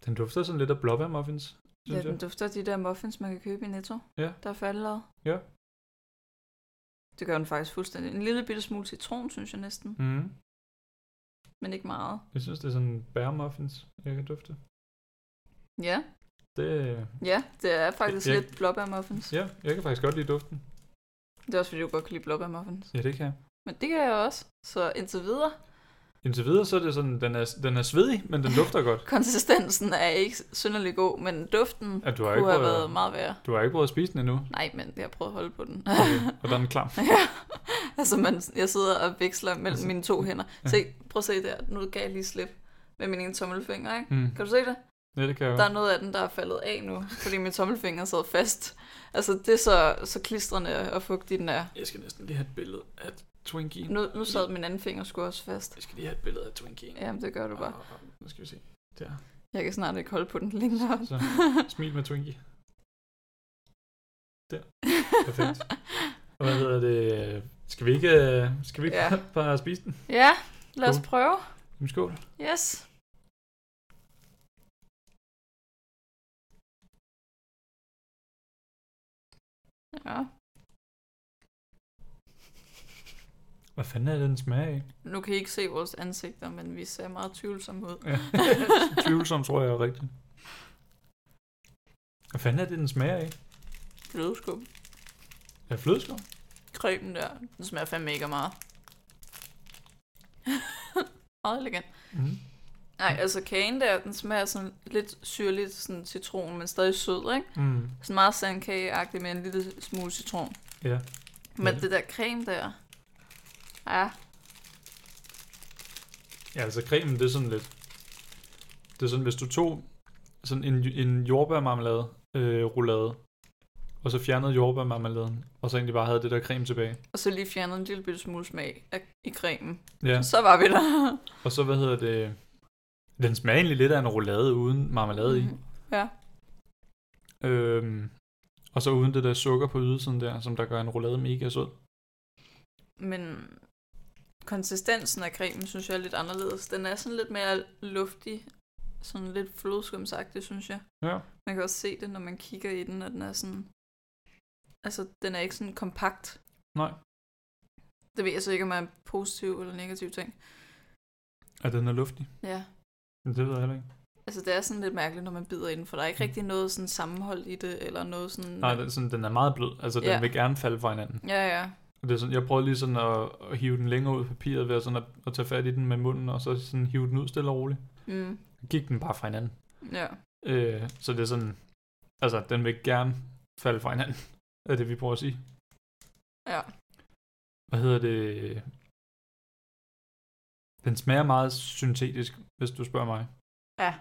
[SPEAKER 1] Den dufter sådan lidt af blåbær muffins,
[SPEAKER 2] Ja,
[SPEAKER 1] synes
[SPEAKER 2] den
[SPEAKER 1] jeg.
[SPEAKER 2] dufter af de der muffins, man kan købe i Netto.
[SPEAKER 1] Ja.
[SPEAKER 2] Der er færdiglavet.
[SPEAKER 1] Ja.
[SPEAKER 2] Det gør den faktisk fuldstændig. En lille bitte smule citron, synes jeg næsten.
[SPEAKER 1] Mm.
[SPEAKER 2] Men ikke meget.
[SPEAKER 1] Jeg synes, det er sådan bærmuffins, jeg kan dufte.
[SPEAKER 2] Ja,
[SPEAKER 1] Det,
[SPEAKER 2] ja det er faktisk
[SPEAKER 1] Jeg- jeg-
[SPEAKER 2] lidt blåbærmuffins.
[SPEAKER 1] ja, jeg kan faktisk godt lide duften.
[SPEAKER 2] Det er også fordi, du godt kan lide blåbærmuffins.
[SPEAKER 1] Ja, det kan jeg.
[SPEAKER 2] Men det kan jeg også. Så indtil videre,
[SPEAKER 1] Indtil videre, så er det sådan, den er, den er svedig, men den dufter godt.
[SPEAKER 2] konsistensen er ikke synderlig god, men duften
[SPEAKER 1] Ja, du har ikke øh,
[SPEAKER 2] kunne have
[SPEAKER 1] prøvet,
[SPEAKER 2] været meget værre.
[SPEAKER 1] du har ikke prøvet at spise den endnu,
[SPEAKER 2] Nej, men jeg har prøvet at holde på den.
[SPEAKER 1] okay. og der er den klam.
[SPEAKER 2] ja. Altså, man, jeg sidder og veksler mellem altså,
[SPEAKER 1] Altså,
[SPEAKER 2] mine to hænder.
[SPEAKER 1] ja.
[SPEAKER 2] Se, prøv at se der. Nu gav jeg lige slip med min ene tommelfinger, ikke?
[SPEAKER 1] Mm.
[SPEAKER 2] Kan du se det?
[SPEAKER 1] Ja, det kan jeg
[SPEAKER 2] Der er noget af den, der er faldet af nu, fordi min tommelfinger sad fast. Altså, det er så, så klistrende og fugtig den er.
[SPEAKER 1] Jeg skal næsten lige have et billede af Twinkie.
[SPEAKER 2] Nu, nu sad min anden finger sgu også fast.
[SPEAKER 1] Jeg skal lige have et billede af Twinkie.
[SPEAKER 2] Jamen, det gør du bare.
[SPEAKER 1] Og- og- Nu skal vi se. Der.
[SPEAKER 2] Jeg kan snart ikke holde på den længere.
[SPEAKER 1] Så smil med Twinkie. Perfekt. Og hvad hedder det? Skal vi ikke, øh, skal vi ikke
[SPEAKER 2] Ja.
[SPEAKER 1] ja. bare spise den?
[SPEAKER 2] ja, lad os
[SPEAKER 1] Cool.
[SPEAKER 2] prøve.
[SPEAKER 1] Jamen, skål.
[SPEAKER 2] Yes. Ja.
[SPEAKER 1] Hvad fanden er det, den smager af?
[SPEAKER 2] Nu kan I ikke se vores ansigter, men vi ser meget tvivlsomme ud.
[SPEAKER 1] Ja. Tvivlsom tror jeg er rigtigt. Hvad fanden er det, den smager af?
[SPEAKER 2] Flødeskum.
[SPEAKER 1] Er det flødeskum?
[SPEAKER 2] Cremen der, den smager fandme mega meget. meget elegant.
[SPEAKER 1] Mm.
[SPEAKER 2] Nej, altså kagen der, den smager sådan lidt syrligt, sådan citron, men stadig sød, ikke?
[SPEAKER 1] Mm.
[SPEAKER 2] Sådan meget sandkageagtig med en lille smule citron.
[SPEAKER 1] Ja.
[SPEAKER 2] Men
[SPEAKER 1] Ja.
[SPEAKER 2] det der creme der, ja,
[SPEAKER 1] Ja, altså cremen, det er sådan lidt... Det er sådan, hvis du tog sådan en, en jordbærmarmelade øh, roulade, og så fjernede jordbærmarmeladen, og så egentlig bare havde det der creme tilbage.
[SPEAKER 2] og så lige fjernet en lille bitte smule smag af, i cremen.
[SPEAKER 1] Ja,
[SPEAKER 2] Så var vi der.
[SPEAKER 1] og så hvad hedder det... Den smager egentlig lidt af en roulade uden marmelade i.
[SPEAKER 2] Mhm. Ja,
[SPEAKER 1] Øhm, og så uden det der sukker på ydersiden der, som der gør en roulade mega sød.
[SPEAKER 2] men konsistensen af cremen, synes jeg er lidt anderledes. Den er sådan lidt mere luftig, sådan lidt flødeskumsagtig, synes jeg.
[SPEAKER 1] Ja.
[SPEAKER 2] Man kan også se det, når man kigger i den, og den er sådan... Altså, den er ikke sådan kompakt.
[SPEAKER 1] Nej.
[SPEAKER 2] Det ved jeg så ikke, om er en positiv eller negativ ting.
[SPEAKER 1] Og den er luftig.
[SPEAKER 2] Ja.
[SPEAKER 1] Men det ved jeg heller ikke.
[SPEAKER 2] Altså, det er sådan lidt mærkeligt, når man bider i den, for der er ikke rigtig noget sådan sammenhold i det, eller noget sådan...
[SPEAKER 1] Mm. Nej, den, er sådan, den er meget blød. Altså, den
[SPEAKER 2] Ja.
[SPEAKER 1] vil gerne falde fra hinanden.
[SPEAKER 2] Ja, ja.
[SPEAKER 1] Og det er sådan, jeg prøvede lige sådan at, at hive den længere ud af papiret ved sådan at, at tage fat i den med munden, og så sådan hive den ud stille og roligt.
[SPEAKER 2] Mm.
[SPEAKER 1] Gik den bare fra hinanden.
[SPEAKER 2] Ja.
[SPEAKER 1] Øh, så det er sådan, altså, den vil gerne falde fra hinanden, er det, vi prøver at sige.
[SPEAKER 2] Ja.
[SPEAKER 1] Hvad hedder det? Den smager meget syntetisk, hvis du spørger mig.
[SPEAKER 2] Ja.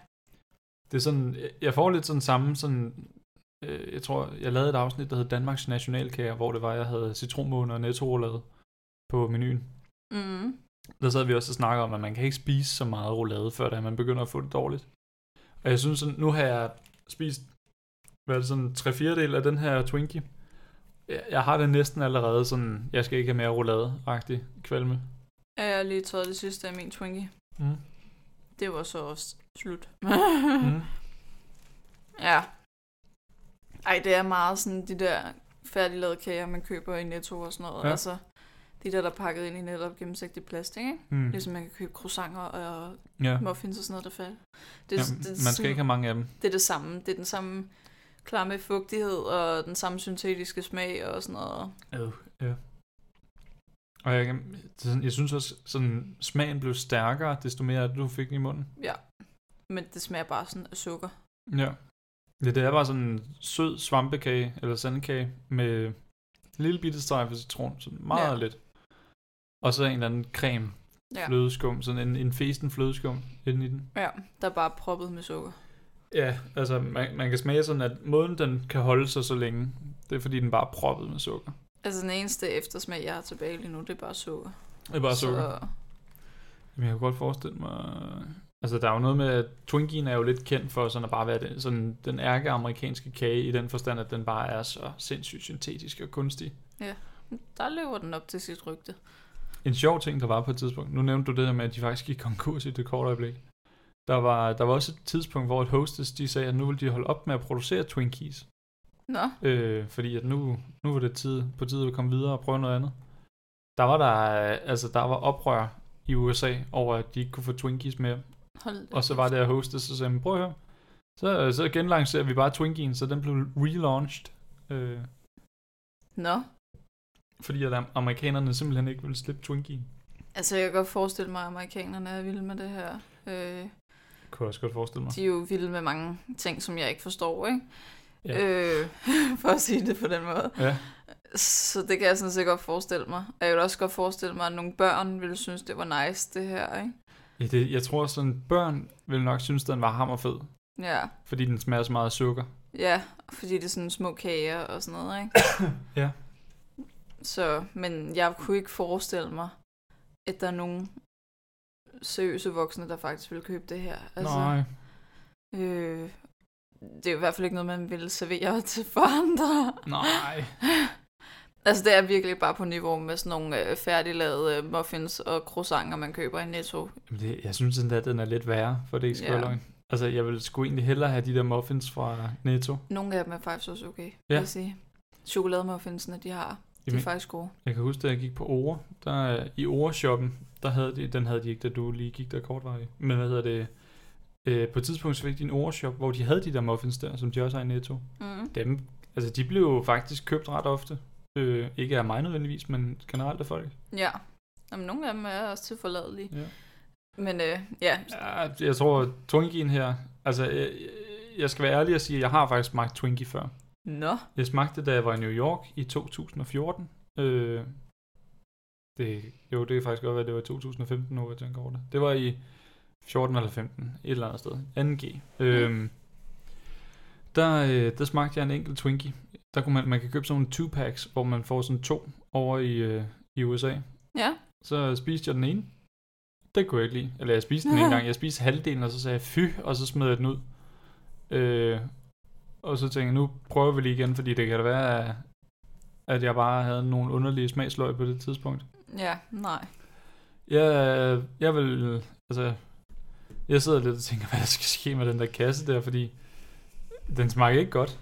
[SPEAKER 1] Det er sådan, jeg får lidt sådan samme, sådan, øh, jeg tror, jeg lavede et afsnit, der hed Danmarks Nationalkager, hvor det var, jeg havde citronmåne og netto på menuen.
[SPEAKER 2] Mm.
[SPEAKER 1] Der sad vi også og snakkede om, at man kan ikke spise så meget roulade, før da man begynder at få det dårligt. Og jeg synes sådan, nu har jeg spist, hvad er det sådan, tre fjerdedel af den her Twinkie. Jeg, jeg har det næsten allerede sådan, jeg skal ikke have mere roulade-agtig kvalme.
[SPEAKER 2] Ja, jeg har lige taget det sidste af min Twinkie.
[SPEAKER 1] Mm.
[SPEAKER 2] Det var så også slut. Mhm.
[SPEAKER 1] Mm.
[SPEAKER 2] Ja. Ej, det er meget sådan de der færdiglavede kager, man køber i Netto og sådan noget. Ja.
[SPEAKER 1] Ja.
[SPEAKER 2] Altså, de der, der er pakket ind i netop gennemsigtig plastik, ikke?
[SPEAKER 1] Mm.
[SPEAKER 2] Ligesom man kan købe croissanter og
[SPEAKER 1] Ja.
[SPEAKER 2] muffins og sådan noget, der falder. Det,
[SPEAKER 1] Det,
[SPEAKER 2] er-
[SPEAKER 1] Jamen,
[SPEAKER 2] det, er
[SPEAKER 1] man skal
[SPEAKER 2] sådan-
[SPEAKER 1] ikke have mange af dem.
[SPEAKER 2] det er det samme. Det er den samme klamme fugtighed og den samme syntetiske smag og sådan noget.
[SPEAKER 1] Øh, ja. Og jeg, kan- det er sådan, jeg synes også, sådan, smagen blev stærkere, desto mere du fik den i munden.
[SPEAKER 2] Ja. Men det smager bare sådan af sukker.
[SPEAKER 1] Ja. Ja, det er bare sådan en sød svampekage, eller sandkage, med en lille bitte streg for citron, sådan meget
[SPEAKER 2] Ja.
[SPEAKER 1] ja. lidt. Og så en eller anden creme,
[SPEAKER 2] Ja.
[SPEAKER 1] flødeskum, sådan en, en festen flødeskum inde i den.
[SPEAKER 2] Ja, der er bare proppet med sukker.
[SPEAKER 1] Ja, altså man, man kan smage sådan, at måden den kan holde sig så længe, det er fordi den bare er proppet med sukker.
[SPEAKER 2] Altså den eneste eftersmag, jeg har tilbage lige nu, det er bare sukker.
[SPEAKER 1] Det er bare sukker.
[SPEAKER 2] Så,
[SPEAKER 1] Jamen, jeg kan godt forestille mig... Altså, der er jo noget med, at Twinkien er jo lidt kendt for sådan at bare være den, sådan den ærke amerikanske kage, i den forstand, at den bare er så sindssygt syntetisk og kunstig.
[SPEAKER 2] mm, der løber den op til sit rygte.
[SPEAKER 1] En sjov ting, der var på et tidspunkt, nu nævnte du det der med, at de faktisk gik konkurs i det korte øjeblik. Der var, der var også et tidspunkt, hvor et hostess, de sagde, at nu ville de holde op med at producere Twinkies.
[SPEAKER 2] Nå,
[SPEAKER 1] Øh, fordi at nu, nu var det tid, på tide at komme videre og prøve noget andet. Der var der, øh, altså, der var oprør i USA over, at de ikke kunne få Twinkies mere.
[SPEAKER 2] hold da
[SPEAKER 1] Og så var det at hostess, og sagde, "Men prøv at høre, så, så genlancerer vi bare Twinkien, så den blev relaunched. Øh,
[SPEAKER 2] kæft. Nå,
[SPEAKER 1] fordi at am- amerikanerne simpelthen ikke ville slippe Twinkien.
[SPEAKER 2] altså jeg kan godt forestille mig, at amerikanerne er vilde med det her. Øh,
[SPEAKER 1] Kunne jeg også godt forestille mig.
[SPEAKER 2] de er jo vilde med mange ting, som jeg ikke forstår, ikke?
[SPEAKER 1] Ja.
[SPEAKER 2] Øh, for at sige det på den måde.
[SPEAKER 1] Ja.
[SPEAKER 2] Så det kan jeg sådan set godt forestille mig. Og Jeg vil også godt forestille mig, at nogle børn ville synes, det var nice, det her, ikke?
[SPEAKER 1] Ja, det, jeg tror sådan, børn vil nok synes, den var hammerfed,
[SPEAKER 2] Ja,
[SPEAKER 1] fordi den smager så meget af sukker.
[SPEAKER 2] ja fordi det er sådan små kager og sådan noget, ikke?
[SPEAKER 1] Ja.
[SPEAKER 2] Så, men jeg kunne ikke forestille mig, at der er nogen seriøse voksne, der faktisk vil købe det her.
[SPEAKER 1] Altså, Nej.
[SPEAKER 2] Øh, det er jo i hvert fald ikke noget, man ville servere til for andre.
[SPEAKER 1] Nej.
[SPEAKER 2] Altså, det er virkelig bare på niveau med sådan nogle øh, færdiglavede øh, muffins og croissanter, man køber i Netto.
[SPEAKER 1] Jamen det, jeg synes sådan, at den er lidt værre, for det ikke skal
[SPEAKER 2] Ja.
[SPEAKER 1] være løgn. Altså, jeg ville sgu egentlig hellere have de der muffins fra Netto.
[SPEAKER 2] Nogle af dem er faktisk også okay, ja. vil
[SPEAKER 1] Ja.
[SPEAKER 2] jeg sige. Chokolademuffinsene, de har, de er
[SPEAKER 1] Jamen,
[SPEAKER 2] faktisk gode.
[SPEAKER 1] Jeg kan huske, da jeg gik på Ore, der, øh, i Ore-shoppen, der havde de, den havde de ikke, da du lige gik der kortvarigt. Men hvad hedder det? Øh, på et tidspunkt så fik de en Ore-shop, hvor de havde de der muffins der, som de også har i Netto.
[SPEAKER 2] Mm.
[SPEAKER 1] Dem, altså de blev jo faktisk købt ret ofte. Øh, ikke af mig nødvendigvis, men generelt af folk.
[SPEAKER 2] Ja. Jamen, nogle af dem er også tilforladelige.
[SPEAKER 1] Ja.
[SPEAKER 2] Men øh, ja,
[SPEAKER 1] Ja, jeg tror, Twinkien her... Altså, jeg, jeg skal være ærlig og sige, at jeg har faktisk smagt Twinkie før.
[SPEAKER 2] nå.
[SPEAKER 1] Jeg smagte det, da jeg var i New York i 2014. Øh, det, jo, det kan faktisk godt være, at det var i 2015, nu jeg tænker over det. Det var i 14 eller 15, et eller andet sted. 2G. Øh, der, øh, der smagte jeg en enkelt Twinkie. Der kunne man, man kan købe sådan nogle two-packs, hvor man får sådan to over i, øh, i USA.
[SPEAKER 2] Ja,
[SPEAKER 1] Så spiste jeg den ene. Det kunne jeg ikke lide. Eller jeg spiste den en gang. Jeg spiste halvdelen, og så sagde jeg fy, og så smed jeg den ud. Øh, og så tænkte jeg, nu prøver vi lige igen, fordi det kan da være, at- at jeg bare havde nogle underlige smagsløg på det tidspunkt.
[SPEAKER 2] ja, nej.
[SPEAKER 1] Jeg, øh, jeg vil, altså, jeg sidder lidt og tænker, hvad der skal ske med den der kasse der, fordi den smager ikke godt.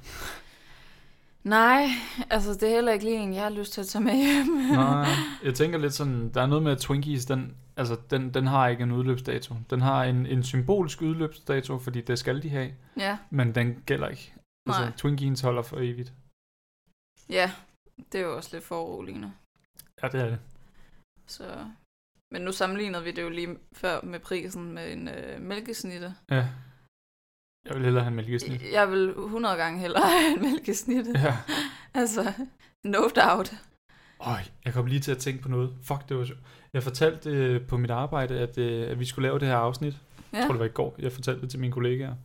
[SPEAKER 2] Nej, altså det er heller ikke lige en, jeg har lyst til at tage med hjem.
[SPEAKER 1] Nej, jeg tænker lidt sådan, der er noget med, at Twinkies, den, altså, den, den har ikke en udløbsdato. Den har en, en symbolsk udløbsdato, fordi det skal de have.
[SPEAKER 2] ja,
[SPEAKER 1] Men den gælder ikke.
[SPEAKER 2] nej.
[SPEAKER 1] Altså, Twinkies holder for evigt.
[SPEAKER 2] Ja, det er jo også lidt foruroligende.
[SPEAKER 1] Ja, det er det.
[SPEAKER 2] Så... Men nu sammenlignede vi det jo lige før med prisen med en øh, mælkesnitte.
[SPEAKER 1] Ja. Jeg vil hellere have en mælkesnit.
[SPEAKER 2] Jeg vil 100 gange hellere have en mælkesnitte.
[SPEAKER 1] Ja.
[SPEAKER 2] Altså, no doubt.
[SPEAKER 1] Øj, jeg kom lige til at tænke på noget. Fuck, det var sjovt. Jeg fortalte øh, på mit arbejde, at, øh, at vi skulle lave det her afsnit. Ja.
[SPEAKER 2] Ja.
[SPEAKER 1] Jeg tror, det var i går. Jeg fortalte det til mine kollegaer.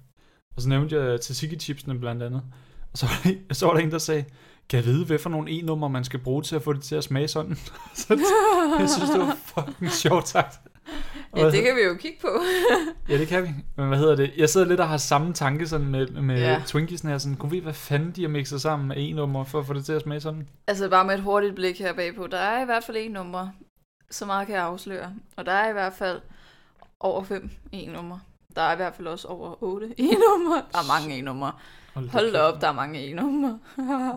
[SPEAKER 1] Og så nævnte jeg tzatziki-chipsene blandt andet. Og så var, der, en- så var der en, der sagde, kan jeg vide, hvad for nogle e-nummer, man skal bruge til at få det til at smage sådan? så jeg synes, det var fucking sjovt sagt.
[SPEAKER 2] ja, det kan vi jo kigge på.
[SPEAKER 1] Ja, det kan vi. Men hvad hedder det? Jeg sidder lidt og har samme tanke sådan med, med
[SPEAKER 2] Ja.
[SPEAKER 1] ja. Twinkies'en her. Sådan, kunne vi vide, hvad fanden de har mixet sammen med en nummer for at få det til at smage sådan?
[SPEAKER 2] altså, bare med et hurtigt blik her bagpå. Der er i hvert fald en nummer. Så meget kan jeg afsløre. Og der er i hvert fald over fem en nummer. Der er i hvert fald også over otte en nummer. Der er mange en nummer. Hold da
[SPEAKER 1] kæft,
[SPEAKER 2] op, der er mange e-numre.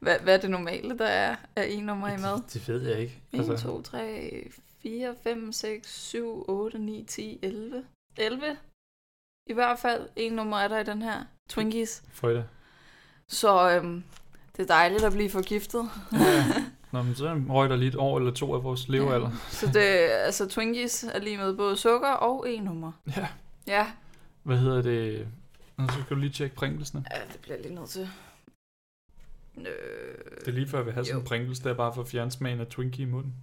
[SPEAKER 2] hvad, hvad er det normale, der er af e-numre i
[SPEAKER 1] mand.
[SPEAKER 2] mad?
[SPEAKER 1] Det, det ved jeg ikke.
[SPEAKER 2] 1, 2, 3, 4, 5, 6, 7, 8, 9, 10, 11. 11? I hvert fald en nummer er der i den her. Twinkies.
[SPEAKER 1] Frøjda.
[SPEAKER 2] Så øhm, det er dejligt at blive forgiftet.
[SPEAKER 1] Ja. Nå, men så røg der lige et år eller to af vores levealder.
[SPEAKER 2] Så det, altså, Twinkies er lige med både sukker og e-nummer.
[SPEAKER 1] Ja.
[SPEAKER 2] Ja,
[SPEAKER 1] Hvad hedder det? Nå, så skal du lige tjekke Pringles'ene.
[SPEAKER 2] ja det bliver jeg lige nødt til. Øh,
[SPEAKER 1] Det er lige før, vi har sådan
[SPEAKER 2] Jo.
[SPEAKER 1] en Pringles, der bare for at fjerne smagen af Twinkie i munden.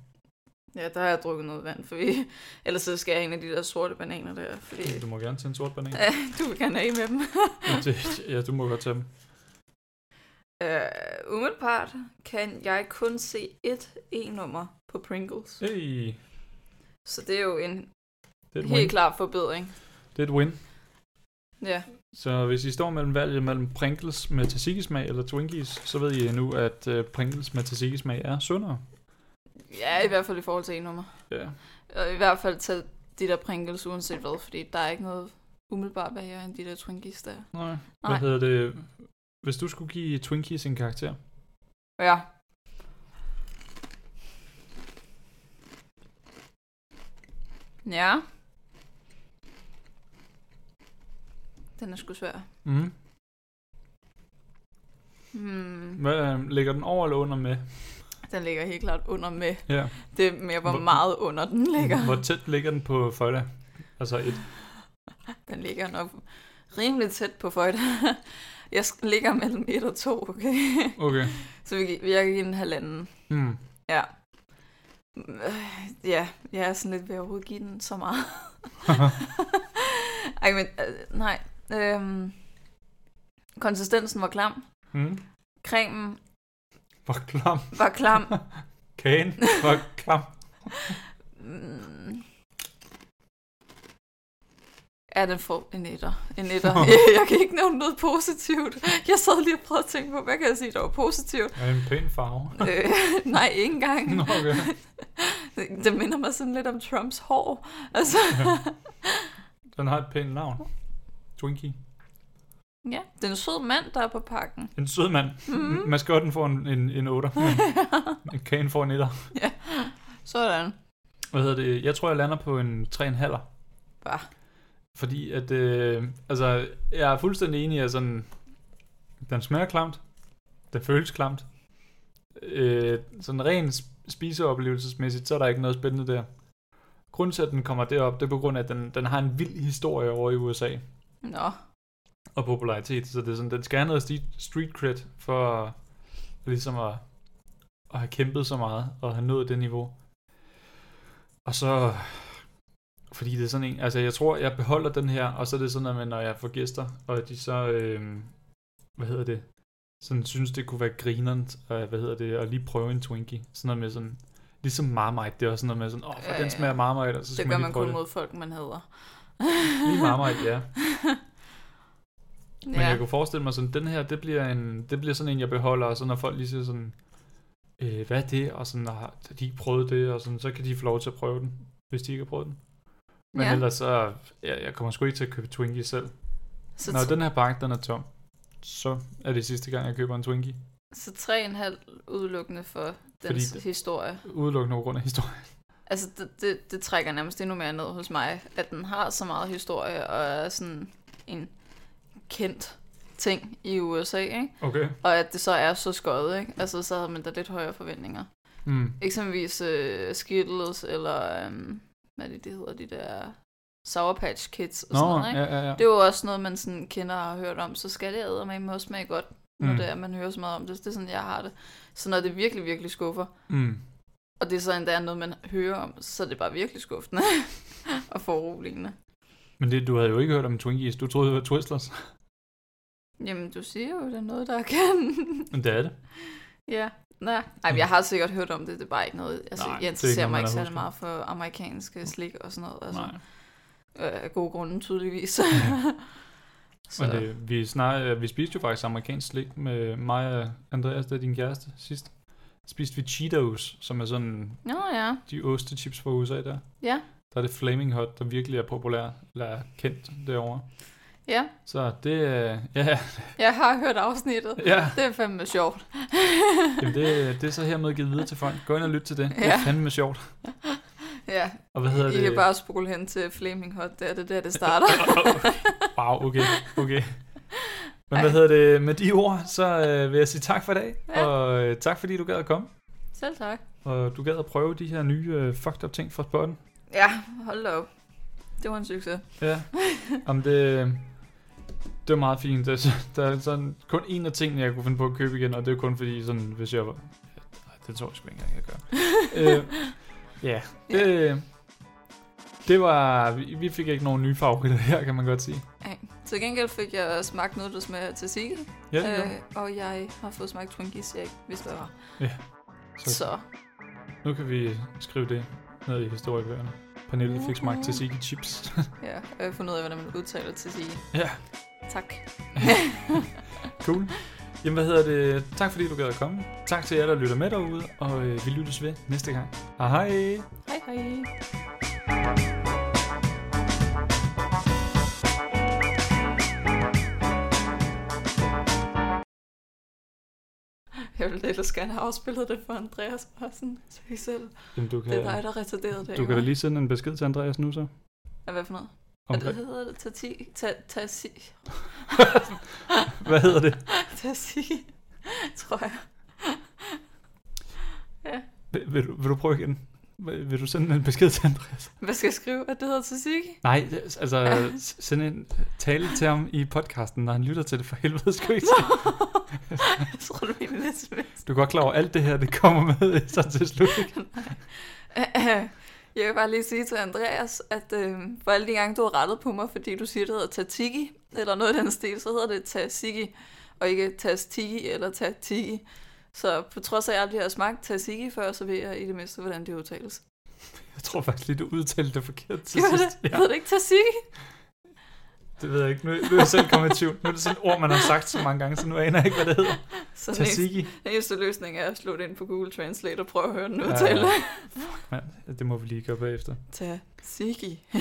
[SPEAKER 2] Ja, der har jeg drukket noget vand, for vi... ellers så skal jeg have en af de der sorte bananer der, fordi
[SPEAKER 1] Du må gerne tage en sort banan.
[SPEAKER 2] Ja, du vil gerne af med dem.
[SPEAKER 1] Men det- ja, du må godt tage dem.
[SPEAKER 2] øh, umiddelbart kan jeg kun se et E-nummer på Pringles,
[SPEAKER 1] Hey,
[SPEAKER 2] så det er jo en
[SPEAKER 1] det er et
[SPEAKER 2] helt
[SPEAKER 1] win.
[SPEAKER 2] klar forbedring.
[SPEAKER 1] Det er et win.
[SPEAKER 2] Ja,
[SPEAKER 1] Så hvis I står mellem valget mellem Pringles med tzatziki-smag eller Twinkies, så ved I nu, at øh, Pringles med tzatziki-smag er sundere.
[SPEAKER 2] ja i hvert fald i forhold til E-nummer.
[SPEAKER 1] Ja.
[SPEAKER 2] Og i hvert fald tage de der Pringles uanset hvad, fordi der er ikke noget umiddelbart værre end de der Twinkies der.
[SPEAKER 1] Nej. Hvad
[SPEAKER 2] Nej.
[SPEAKER 1] hedder det? Hvis du skulle give Twinkies en karakter,
[SPEAKER 2] Ja. Ja. Den er sgu svær.
[SPEAKER 1] mm.
[SPEAKER 2] Hmm.
[SPEAKER 1] hvad øh, ligger den over eller under med?
[SPEAKER 2] Den ligger helt klart under med.
[SPEAKER 1] Ja.
[SPEAKER 2] Det er mere, hvor
[SPEAKER 1] Hvor-
[SPEAKER 2] meget under den ligger.
[SPEAKER 1] Hvor tæt ligger den på Føjda? Altså et.
[SPEAKER 2] Den ligger nok rimelig tæt på Føjt. Jeg sk- ligger mellem 1 og 2, okay?
[SPEAKER 1] Okay.
[SPEAKER 2] Så vi, vi er i en halvanden.
[SPEAKER 1] Mm.
[SPEAKER 2] Ja. Øh, Ja, jeg er sådan lidt ved at overhovedet give den så meget. Ej, men øh, nej. Øhm, konsistensen var klam.
[SPEAKER 1] Mm.
[SPEAKER 2] Cremen
[SPEAKER 1] Hvor klam.
[SPEAKER 2] var klam.
[SPEAKER 1] Kagen var klam.
[SPEAKER 2] Mm. Ja, den får en etter. En etter. Jeg, jeg kan ikke nævne noget positivt. Jeg sad lige og prøvede at tænke på, hvad kan jeg sige, der var positivt?
[SPEAKER 1] Er det en pæn farve?
[SPEAKER 2] Øh, nej, ikke engang.
[SPEAKER 1] Nå, okay.
[SPEAKER 2] Det minder mig sådan lidt om Trumps hår. Altså,
[SPEAKER 1] Den har et pænt navn. Twinkie.
[SPEAKER 2] ja, det er en sød mand, der er på pakken. Mhm.
[SPEAKER 1] En sød mand. Mm-hmm. Maskotten får en, en, en 8. en kagen får en 1.
[SPEAKER 2] Sådan.
[SPEAKER 1] Hvad hedder det? Jeg tror, jeg lander på en 3,5.
[SPEAKER 2] Bah.
[SPEAKER 1] Fordi at, øh, altså, jeg er fuldstændig enig i, at sådan, den smager klamt, den føles klamt. Øh, sådan rent spiseoplevelsesmæssigt, så er der ikke noget spændende der. Grunden til, at den kommer derop, det er på grund af, at den, den har en vild historie over i USA
[SPEAKER 2] Nå,
[SPEAKER 1] og popularitet. Så det er sådan, den skal have noget sti- street cred for ligesom at, at have kæmpet så meget og have nået det niveau. Og så, fordi det er sådan en, altså jeg tror, jeg beholder den her, og så er det sådan, at man, når jeg får gæster, og de så, øh, hvad hedder det, sådan synes, det kunne være grinerent, og, hvad hedder det, at lige prøve en Twinkie. Sådan noget med sådan, ligesom Marmite, det er også sådan noget med sådan, åh, for
[SPEAKER 2] Ja,
[SPEAKER 1] den
[SPEAKER 2] ja.
[SPEAKER 1] smager Marmite, og så skal
[SPEAKER 2] det gør
[SPEAKER 1] man lige
[SPEAKER 2] man
[SPEAKER 1] prøve
[SPEAKER 2] kun
[SPEAKER 1] det.
[SPEAKER 2] mod folk, man hader.
[SPEAKER 1] Lige Marmite, ja. Men ja.
[SPEAKER 2] ja.
[SPEAKER 1] jeg kunne forestille mig sådan, den her, det bliver, en, det bliver sådan en, jeg beholder, og så når folk lige siger sådan, øh, hvad er det, og sådan, har har de ikke prøvet det, og sådan, så kan de få lov til at prøve den, hvis de ikke har prøvet den. Men
[SPEAKER 2] Ja.
[SPEAKER 1] ja. ellers så, ja, jeg kommer sgu ikke til at købe Twinkie selv.
[SPEAKER 2] Så,
[SPEAKER 1] når
[SPEAKER 2] t-
[SPEAKER 1] den her pakke, den er tom, så er det sidste gang, jeg køber en Twinkie.
[SPEAKER 2] så 3,5 udelukkende for
[SPEAKER 1] Fordi
[SPEAKER 2] dens
[SPEAKER 1] det-
[SPEAKER 2] historie.
[SPEAKER 1] Udelukkende på grund af historien.
[SPEAKER 2] Altså, det, det, det trækker nærmest endnu mere ned hos mig, at den har så meget historie og er sådan en kendt ting i USA, ikke?
[SPEAKER 1] Okay.
[SPEAKER 2] Og at det så er så skøjet, ikke? Altså, så havde man da lidt højere forventninger.
[SPEAKER 1] Mm.
[SPEAKER 2] Eksempelvis øh, Skittles eller, øhm, hvad er det, det hedder, de der Sour Patch Kids og
[SPEAKER 1] Nå,
[SPEAKER 2] Nå, sådan noget, ikke?
[SPEAKER 1] ja, ja, ja.
[SPEAKER 2] Det er jo også noget, man sådan kender og har hørt om, så skal det eddermame også smage godt, når
[SPEAKER 1] Mm.
[SPEAKER 2] mm. det er, man hører så meget om det. Det er sådan, jeg har det. Så når det virkelig, virkelig skuffer,
[SPEAKER 1] Mm.
[SPEAKER 2] og det er så endda noget, man hører om, så er det bare virkelig skuffende og foruroligende.
[SPEAKER 1] Men det, du havde jo ikke hørt om Twinkies, du troede, det var Twizzlers.
[SPEAKER 2] Jamen, du siger jo, det er noget, der kan.
[SPEAKER 1] Men det er det.
[SPEAKER 2] ja, nej. Ej, men jeg har sikkert hørt om det, det er bare ikke noget. Altså,
[SPEAKER 1] Nej, det er
[SPEAKER 2] nej, jeg
[SPEAKER 1] ikke
[SPEAKER 2] interesserer
[SPEAKER 1] noget, man
[SPEAKER 2] mig ikke
[SPEAKER 1] har
[SPEAKER 2] særlig
[SPEAKER 1] husket.
[SPEAKER 2] meget for amerikanske slik og sådan noget. Altså,
[SPEAKER 1] Nej.
[SPEAKER 2] øh, af gode grunde, tydeligvis. så,
[SPEAKER 1] Men det, vi, snar, vi spiste jo faktisk amerikansk slik med mig og Andreas, der er din kæreste, sidst. Spiste vi Cheetos, som er sådan
[SPEAKER 2] Nå ja,
[SPEAKER 1] de ostechips fra USA der.
[SPEAKER 2] ja,
[SPEAKER 1] Der er det Flaming Hot, der virkelig er populær, eller er kendt derovre.
[SPEAKER 2] ja.
[SPEAKER 1] Så det, øh, ja,
[SPEAKER 2] Jeg har hørt afsnittet.
[SPEAKER 1] ja.
[SPEAKER 2] Det er fandme sjovt.
[SPEAKER 1] Jamen det, det er så hermed givet videre til folk. Gå ind og lyt til det. Det er
[SPEAKER 2] Ja.
[SPEAKER 1] fandme sjovt.
[SPEAKER 2] Ja,
[SPEAKER 1] Og hvad hedder
[SPEAKER 2] I
[SPEAKER 1] det?
[SPEAKER 2] kan bare spole hen til Flaming Hot, det er det der, det starter.
[SPEAKER 1] Wow, okay, okay. Men
[SPEAKER 2] Ej.
[SPEAKER 1] hvad hedder det? Med de ord, så øh, vil jeg sige tak for i dag.
[SPEAKER 2] Ja.
[SPEAKER 1] Og øh, tak fordi du gad at komme.
[SPEAKER 2] Selv tak.
[SPEAKER 1] Og du gad at prøve de her nye øh, fucked up ting fra spotten.
[SPEAKER 2] Ja, hold da op. Det var en succes.
[SPEAKER 1] Ja, om det, det var meget fint. Der, der er sådan kun en af tingene, jeg kunne finde på at købe igen, og det er kun fordi, sådan, hvis jeg var... Ej, det tror jeg sgu ikke engang, jeg gør. øh, ja, det, det var... vi- Vi fik ikke nogen nye favoritter her, kan man godt sige.
[SPEAKER 2] Til gengæld fik jeg smagt noget, der smager til sig.
[SPEAKER 1] Ja, det øh.
[SPEAKER 2] og jeg har fået smagt Twinkies, jeg ikke vidste, hvad var.
[SPEAKER 1] Så-
[SPEAKER 2] Så, så
[SPEAKER 1] Nu kan vi skrive det ned i historiebøgerne. Pernille fik smagt tzatziki chips.
[SPEAKER 2] ja, og jeg har fundet ud af, hvordan man udtaler til sig.
[SPEAKER 1] ja,
[SPEAKER 2] Tak.
[SPEAKER 1] cool. Jamen, hvad hedder det? Tak fordi du gad at komme. Tak til jer, der lytter med derude, og øh, vi lyttes ved næste gang. Hej hej!
[SPEAKER 2] Hej hej. Jeg ville ellers gerne have afspillet det for Andreas, bare sådan til sig selv.
[SPEAKER 1] Jamen, du kan,
[SPEAKER 2] Det er dig, der retarderede det.
[SPEAKER 1] du kan da lige sende en besked til Andreas nu så.
[SPEAKER 2] Ja, hvad for noget?
[SPEAKER 1] Om,
[SPEAKER 2] Hvad hedder det? Tati? Ta- Tasi?
[SPEAKER 1] hvad hedder det?
[SPEAKER 2] Tasi? Tror jeg.
[SPEAKER 1] Vil, vil, du, vil du prøve igen? Vil, vil du sende en besked til Andreas?
[SPEAKER 2] Hvad skal jeg skrive? At det hedder Tzatziki?
[SPEAKER 1] Nej, det- altså s- send en tale til ham i podcasten, når han lytter til det for helvede sgu ikke.
[SPEAKER 2] Jeg tror, du mener det sms.
[SPEAKER 1] Du er godt klar over, at alt det her, det kommer med så til slut.
[SPEAKER 2] Jeg vil bare lige sige til Andreas, at øh, for alle de gange, du har rettet på mig, fordi du siger, det hedder Tatiki, eller noget af den stil, så hedder det Tzatziki, og ikke Tastiki eller Tatiki. Så på trods af, at jeg aldrig har smagt Tzatziki før, så ved jeg i det mindste, hvordan det udtales.
[SPEAKER 1] Jeg tror faktisk lige, du udtalte det forkert til
[SPEAKER 2] Gjorde
[SPEAKER 1] sidst.
[SPEAKER 2] det?
[SPEAKER 1] Ja.
[SPEAKER 2] Hedder det ikke Tzatziki?
[SPEAKER 1] Det ved jeg ikke. Nu, nu er jeg selv kommet i tvivl. Nu er det sådan et ord, man har sagt så mange gange, så nu aner jeg ikke, hvad det hedder.
[SPEAKER 2] Så næste,
[SPEAKER 1] Tzatziki.
[SPEAKER 2] næste løsning er at slå det ind på Google Translate og prøve at høre den
[SPEAKER 1] Ja,
[SPEAKER 2] udtale.
[SPEAKER 1] Ja, det må vi lige gøre bagefter.
[SPEAKER 2] Tzatziki.